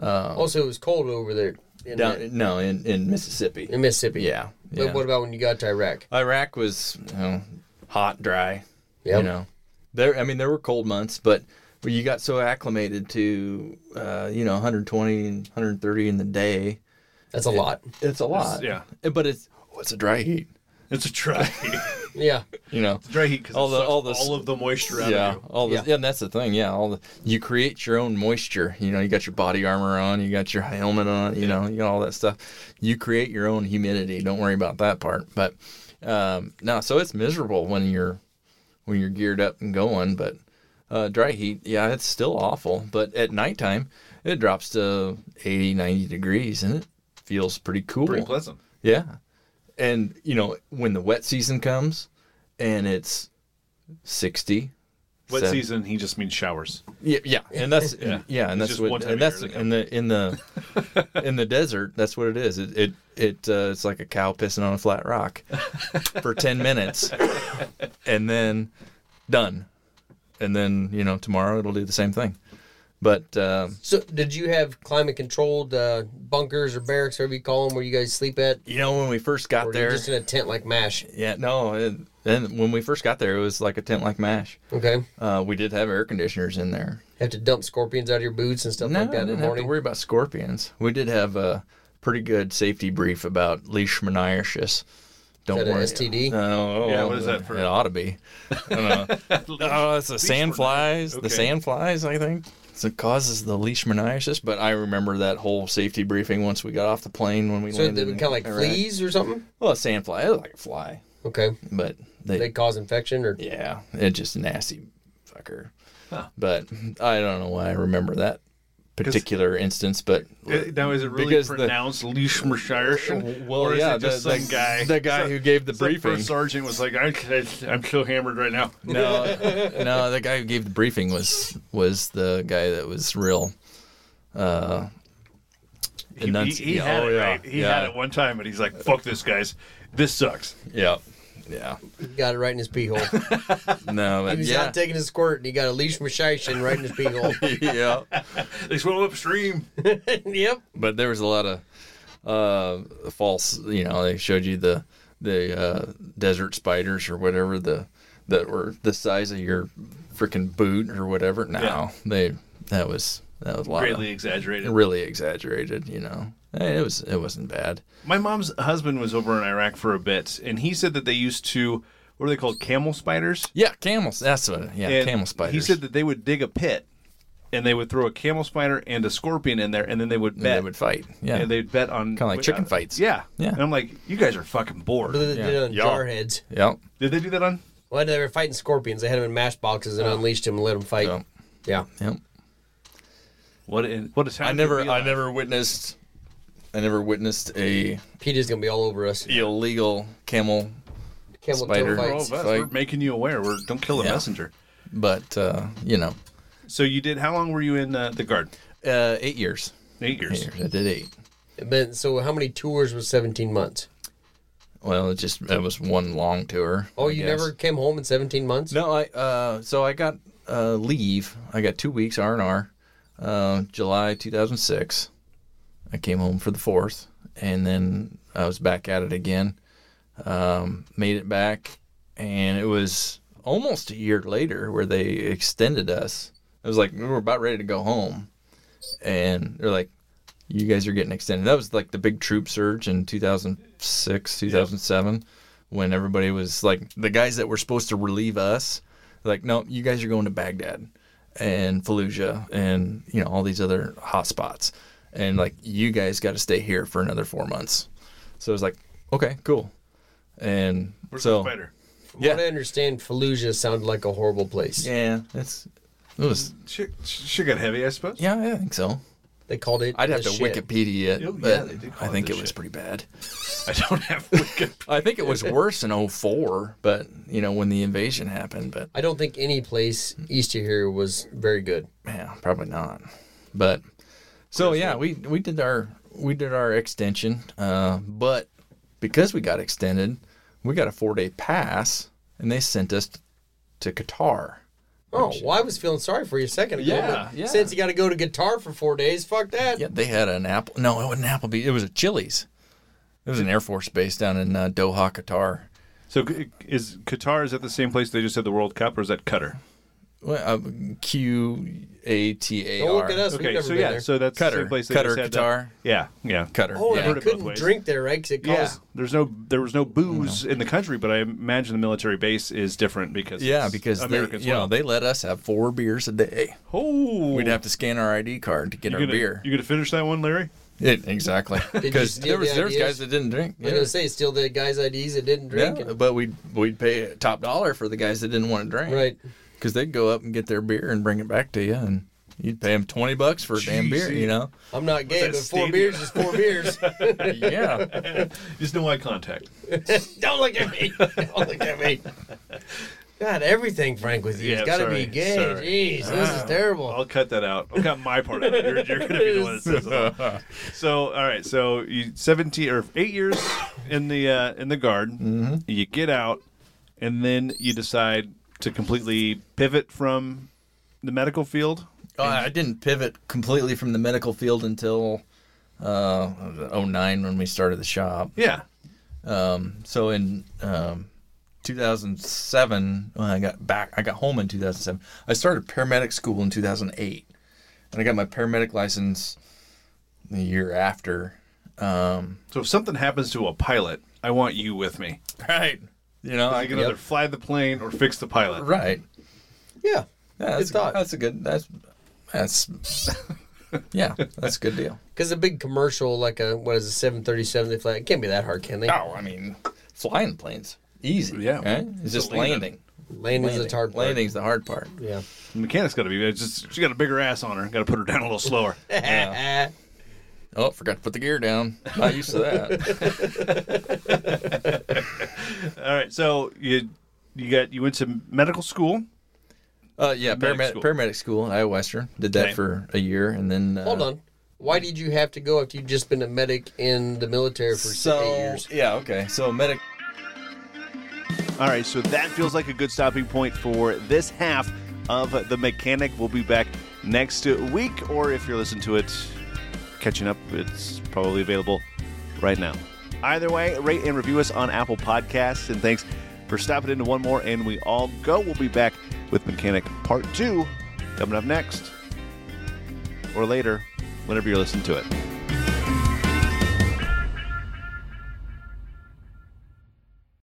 Speaker 2: also, it was cold over there in, uh,
Speaker 3: Down, no, in, in Mississippi.
Speaker 2: in Mississippi.
Speaker 3: Yeah.
Speaker 2: But
Speaker 3: yeah.
Speaker 2: what about when you got to Iraq?
Speaker 3: Iraq was you know, hot, dry.
Speaker 2: Yep.
Speaker 3: You know, there. I mean, there were cold months, but when you got so acclimated to, uh, you know, 120 and 130 in the day.
Speaker 2: That's a lot.
Speaker 3: It's a lot.
Speaker 1: yeah.
Speaker 3: But it's oh, it's a dry heat.
Speaker 1: It's a dry heat.
Speaker 2: Yeah.
Speaker 3: You know.
Speaker 1: dry heat because
Speaker 3: All
Speaker 1: all,
Speaker 3: the- all the-
Speaker 1: all of the moisture out
Speaker 3: Yeah,
Speaker 1: of you.
Speaker 3: all the,
Speaker 2: Yeah.
Speaker 3: yeah. and that's the thing. Yeah, all the you create your own moisture. You know, you got your body armor on, you got your helmet on, you know, you got all that stuff. You create your own humidity. Don't worry about that part. But um, no, so it's miserable when you're when you're geared up and going. But uh, dry heat, yeah, it's still awful. But at nighttime, it drops to 80, 90 degrees, and it feels pretty cool.
Speaker 1: Pretty pleasant.
Speaker 3: Yeah. And, you know, when the wet season comes and it's 60.
Speaker 1: Wet
Speaker 3: seven-
Speaker 1: season, he just means showers.
Speaker 3: Yeah, yeah. And that's yeah, and
Speaker 1: It's
Speaker 3: that's
Speaker 1: just one
Speaker 3: what
Speaker 1: time
Speaker 3: and
Speaker 1: a year
Speaker 3: that's
Speaker 1: that
Speaker 3: in the in the in the desert, that's what it is. It it, it uh, it's like a cow pissing on a flat rock for 10 minutes. And then done. And then, you know, tomorrow it'll do the same thing. But um
Speaker 2: So, did you have climate controlled uh, bunkers or barracks, whatever you call them, where you guys sleep at?
Speaker 3: you know, when we first got
Speaker 2: Or
Speaker 3: there,
Speaker 2: you're just in a tent like MASH?
Speaker 3: yeah, no, and and when we first got there, it was like a tent like mash.
Speaker 2: Okay.
Speaker 3: Uh, we did have air conditioners in there.
Speaker 2: Have to dump scorpions out of your boots and stuff
Speaker 3: No,
Speaker 2: like that
Speaker 3: I
Speaker 2: in the
Speaker 3: didn't have to
Speaker 2: morning?
Speaker 3: worry about scorpions. We did have a pretty good safety brief about leishmaniasis. Don't
Speaker 2: Is that a
Speaker 3: worry.
Speaker 2: STD?
Speaker 3: No, oh,
Speaker 1: Yeah, what is that for?
Speaker 3: It ought to be. I don't know. oh, it's the sandflies. The
Speaker 1: Okay.
Speaker 3: sandflies, I think. So it causes the leishmaniasis. But I remember that whole safety briefing once we got off the plane when we
Speaker 2: So,
Speaker 3: landed.
Speaker 2: they would
Speaker 3: in
Speaker 2: kind of like
Speaker 3: Iraq.
Speaker 2: fleas or something?
Speaker 3: Well, a sandfly. It was like a fly,
Speaker 2: Okay.
Speaker 3: but
Speaker 2: They cause infection or
Speaker 3: yeah, it's just a nasty fucker. But I don't know why I remember that particular instance, but
Speaker 1: It- now, is it really
Speaker 3: Because the-
Speaker 1: pronounced Leishmaniasis?
Speaker 3: well,
Speaker 1: or is
Speaker 3: yeah,
Speaker 1: it just
Speaker 3: the,
Speaker 1: some
Speaker 3: the-
Speaker 1: guy?
Speaker 3: the guy who gave the
Speaker 1: It's like
Speaker 3: briefing.
Speaker 1: first sergeant was like, I, I, I'm so hammered right now.
Speaker 3: no, no, the guy who gave the briefing was was the guy that was real.
Speaker 1: He, he,
Speaker 3: Enunci-
Speaker 1: he
Speaker 3: yeah,
Speaker 1: had
Speaker 3: oh,
Speaker 1: it
Speaker 3: yeah,
Speaker 1: right. He
Speaker 3: yeah.
Speaker 1: had it one time, and he's like, "Fuck this, guys. This sucks."
Speaker 3: Yeah, yeah,
Speaker 2: got it right in his pee hole.
Speaker 3: no,
Speaker 2: He
Speaker 3: but
Speaker 2: was
Speaker 3: yeah,
Speaker 2: out taking a squirt and he got a leash machine right in his pee hole.
Speaker 3: yeah.
Speaker 1: They swim upstream.
Speaker 2: yep.
Speaker 3: but there was a lot of uh, false. You know, they showed you the the uh, desert spiders or whatever the that were the size of your freaking boot or whatever. No,
Speaker 1: Yeah.
Speaker 3: they that was that was a lot
Speaker 1: Greatly
Speaker 3: of,
Speaker 1: exaggerated.
Speaker 3: really exaggerated. You know, Hey, it was it wasn't bad.
Speaker 1: My mom's husband was over in Iraq for a bit, and he said that they used to what are they called, camel spiders?
Speaker 3: Yeah, camels. That's what. Yeah,
Speaker 1: And
Speaker 3: camel spiders.
Speaker 1: He said that they would dig a pit, and they would throw a camel spider and a scorpion in there, and then they would
Speaker 3: And
Speaker 1: bet.
Speaker 3: they would fight. Yeah,
Speaker 1: and they'd bet on uh,
Speaker 3: Kinda like chicken fights.
Speaker 1: Yeah,
Speaker 3: Yeah.
Speaker 1: And I'm like, you guys are fucking
Speaker 2: They
Speaker 1: bored.
Speaker 2: did it on
Speaker 3: Yeah.
Speaker 2: jar heads.
Speaker 3: yep.
Speaker 1: Did they do that on?
Speaker 2: Well, they were fighting scorpions. They had him in mash boxes and unleashed him and let him fight.
Speaker 3: Yeah.
Speaker 2: Yeah.
Speaker 3: Yep.
Speaker 1: What? In, what a time
Speaker 3: I
Speaker 1: to
Speaker 3: never.
Speaker 1: be
Speaker 3: I
Speaker 1: alive.
Speaker 3: never witnessed. I never witnessed a
Speaker 2: PETA's going to be all over us.
Speaker 3: illegal camel
Speaker 2: Camel
Speaker 3: Spider.
Speaker 2: toe
Speaker 1: For all
Speaker 2: fights.
Speaker 1: of us,
Speaker 3: Like-
Speaker 1: we're making you aware. We're don't kill a
Speaker 3: Yeah.
Speaker 1: messenger.
Speaker 3: but uh, you know,
Speaker 1: So you did. How long were you in uh, the guard?
Speaker 3: uh, eight years.
Speaker 1: Eight years.
Speaker 3: Eight years. I did eight.
Speaker 2: But, so how many tours was 17 months?
Speaker 3: Well, it just it was one long tour.
Speaker 2: Oh,
Speaker 3: I
Speaker 2: you
Speaker 3: guess.
Speaker 2: never came home in 17 months?
Speaker 3: No, I. Uh, so I got uh, leave. I got two weeks R and R, July two thousand six. I came home for the fourth, and then I was back at it again. Um, made it back, and it was almost a year later where they extended us. It was like we were about ready to go home, and they're like, "You guys are getting extended." That was like the big troop surge in two thousand six, two thousand seven, when everybody was like the guys that were supposed to relieve us, like, "No, you guys are going to Baghdad." and Fallujah and you know all these other hot spots. And like you guys got to stay here for another four months. So it was like, okay, cool. And
Speaker 1: Where's the
Speaker 3: so
Speaker 1: spider?
Speaker 2: From what I understand, Fallujah sounded like a horrible place.
Speaker 3: Yeah, it's it was.
Speaker 1: She, she got heavy, I suppose.
Speaker 3: Yeah, I think so.
Speaker 2: They called it.
Speaker 3: I'd have
Speaker 2: the
Speaker 3: to
Speaker 2: shit.
Speaker 1: Oh,
Speaker 3: Wikipedia it,
Speaker 1: yeah,
Speaker 3: but
Speaker 1: they did call
Speaker 3: I
Speaker 1: it
Speaker 3: think
Speaker 1: the
Speaker 3: it was
Speaker 1: shit.
Speaker 3: pretty bad.
Speaker 1: I don't have Wikipedia.
Speaker 3: I think it was worse in 04, but you know when the invasion happened. But
Speaker 2: I don't think any place east of here was very good.
Speaker 3: Yeah, probably not. But so yeah, we we did our we did our extension, uh, but because we got extended, we got a four day pass, and they sent us to Qatar.
Speaker 2: Oh, well, I was feeling sorry for you a second ago.
Speaker 1: Yeah,
Speaker 2: but
Speaker 3: yeah.
Speaker 2: Since you got to go to guitar for four days, fuck that.
Speaker 3: Yeah, they had an apple. No, it wasn't Applebee. It was a Chili's. It was an Air Force base down in uh, Doha, Qatar.
Speaker 1: So c- is Qatar? Is that the same place they just had the World Cup, or is that Qatar?
Speaker 3: Well, uh, Q A T A R.
Speaker 2: Don't look at us. We've
Speaker 1: Okay,
Speaker 2: never
Speaker 1: so
Speaker 2: been
Speaker 1: yeah,
Speaker 2: there.
Speaker 1: so that's the
Speaker 3: Qatar.
Speaker 1: same place they
Speaker 3: Qatar,
Speaker 1: just had the-
Speaker 3: Qatar.
Speaker 1: yeah, yeah,
Speaker 3: Qatar.
Speaker 2: oh,
Speaker 1: yeah.
Speaker 2: and
Speaker 1: I've
Speaker 2: you
Speaker 1: heard it both
Speaker 2: couldn't
Speaker 1: ways.
Speaker 2: drink there, right? 'Cause it
Speaker 1: Yeah,
Speaker 2: caused.
Speaker 1: there's no there was no booze in the country, but I imagine the military base is different because
Speaker 3: Yeah,
Speaker 1: it's
Speaker 3: because they,
Speaker 1: Americans.
Speaker 3: you know they let us have four beers a day.
Speaker 1: oh,
Speaker 3: We'd have to scan our ID card to get
Speaker 1: you
Speaker 3: our
Speaker 1: gonna,
Speaker 3: beer.
Speaker 1: You gonna finish that one, Larry?
Speaker 3: It, exactly.
Speaker 2: you
Speaker 3: Because
Speaker 2: steal
Speaker 3: there was
Speaker 2: the
Speaker 3: there was
Speaker 2: ideas?
Speaker 3: guys that didn't drink.
Speaker 2: I was
Speaker 3: Yeah.
Speaker 2: gonna say, steal the guys' IDs that didn't drink.
Speaker 3: Yeah,
Speaker 2: and-
Speaker 3: but we'd we'd pay top dollar for the guys that didn't want to drink.
Speaker 2: Right.
Speaker 3: Because they'd go up and get their beer and bring it back to you, and you'd pay them twenty bucks for a damn beer.
Speaker 1: Jeez.
Speaker 3: You know.
Speaker 2: I'm not gay,
Speaker 1: that
Speaker 2: but four
Speaker 1: stadium?
Speaker 2: beers is four beers.
Speaker 3: yeah.
Speaker 1: Just no eye contact.
Speaker 2: Don't look at me. Don't look at me. God, everything, Frank, with you.
Speaker 1: Yeah,
Speaker 2: it's got to
Speaker 1: sorry,
Speaker 2: be gay.
Speaker 1: sorry. Ah.
Speaker 2: Jeez, this is terrible.
Speaker 1: I'll cut that out. I've got my part out. You're, you're gonna be the one that says it. all. So all right, so you seventeen or eight years in the uh, in the guard. You get out, and then you decide to completely pivot from the medical field.
Speaker 3: Uh, I didn't pivot completely from the medical field until uh, 09 when we started the shop.
Speaker 1: Yeah,
Speaker 3: So in um, 2007, when I got back, I got home in 2007. I started paramedic school in 2008, and I got my paramedic license the year after. Um,
Speaker 1: So if something happens to a pilot, I want you with me.
Speaker 3: right. You know,
Speaker 1: I
Speaker 3: I
Speaker 1: can
Speaker 3: got
Speaker 1: either fly the plane or fix the pilot.
Speaker 3: right.
Speaker 2: Yeah.
Speaker 3: Yeah, that's
Speaker 2: Good thought.
Speaker 3: A, that's a good. That's that's. yeah, that's a good deal.
Speaker 2: Because a big commercial, like a, what is it, 737, they fly, it can't be that hard, can they?
Speaker 3: Oh, I mean, flying planes easy.
Speaker 1: Yeah.
Speaker 3: right? it's just
Speaker 1: landing.
Speaker 3: landing.
Speaker 2: Landing's the hard part.
Speaker 3: Landing's the hard part.
Speaker 2: Yeah.
Speaker 1: The mechanic's got to be. it's Just she got a bigger ass on her. Got to put her down a little slower.
Speaker 3: Oh, forgot to put the gear down. Not used to that.
Speaker 1: All right. So you you got you went to medical school.
Speaker 3: Uh, yeah,
Speaker 1: Paramedic
Speaker 3: paramedic,
Speaker 1: school.
Speaker 3: paramedic school at Iowa Western. Did that
Speaker 1: Okay.
Speaker 3: for a year, and then uh,
Speaker 2: Hold on. Why did you have to go after you'd just been a medic in the military for eight
Speaker 3: So
Speaker 2: years?
Speaker 3: yeah, okay. So medic
Speaker 1: All right. So that feels like a good stopping point for this half of the mechanic. We'll be back next week, or if you're listening to it catching up. It's probably available right now. Either way, rate and review us on Apple Podcasts. And thanks for stopping into one more. And we all go. We'll be back with Mechanic Part 2 coming up next or later, whenever you're listening to it.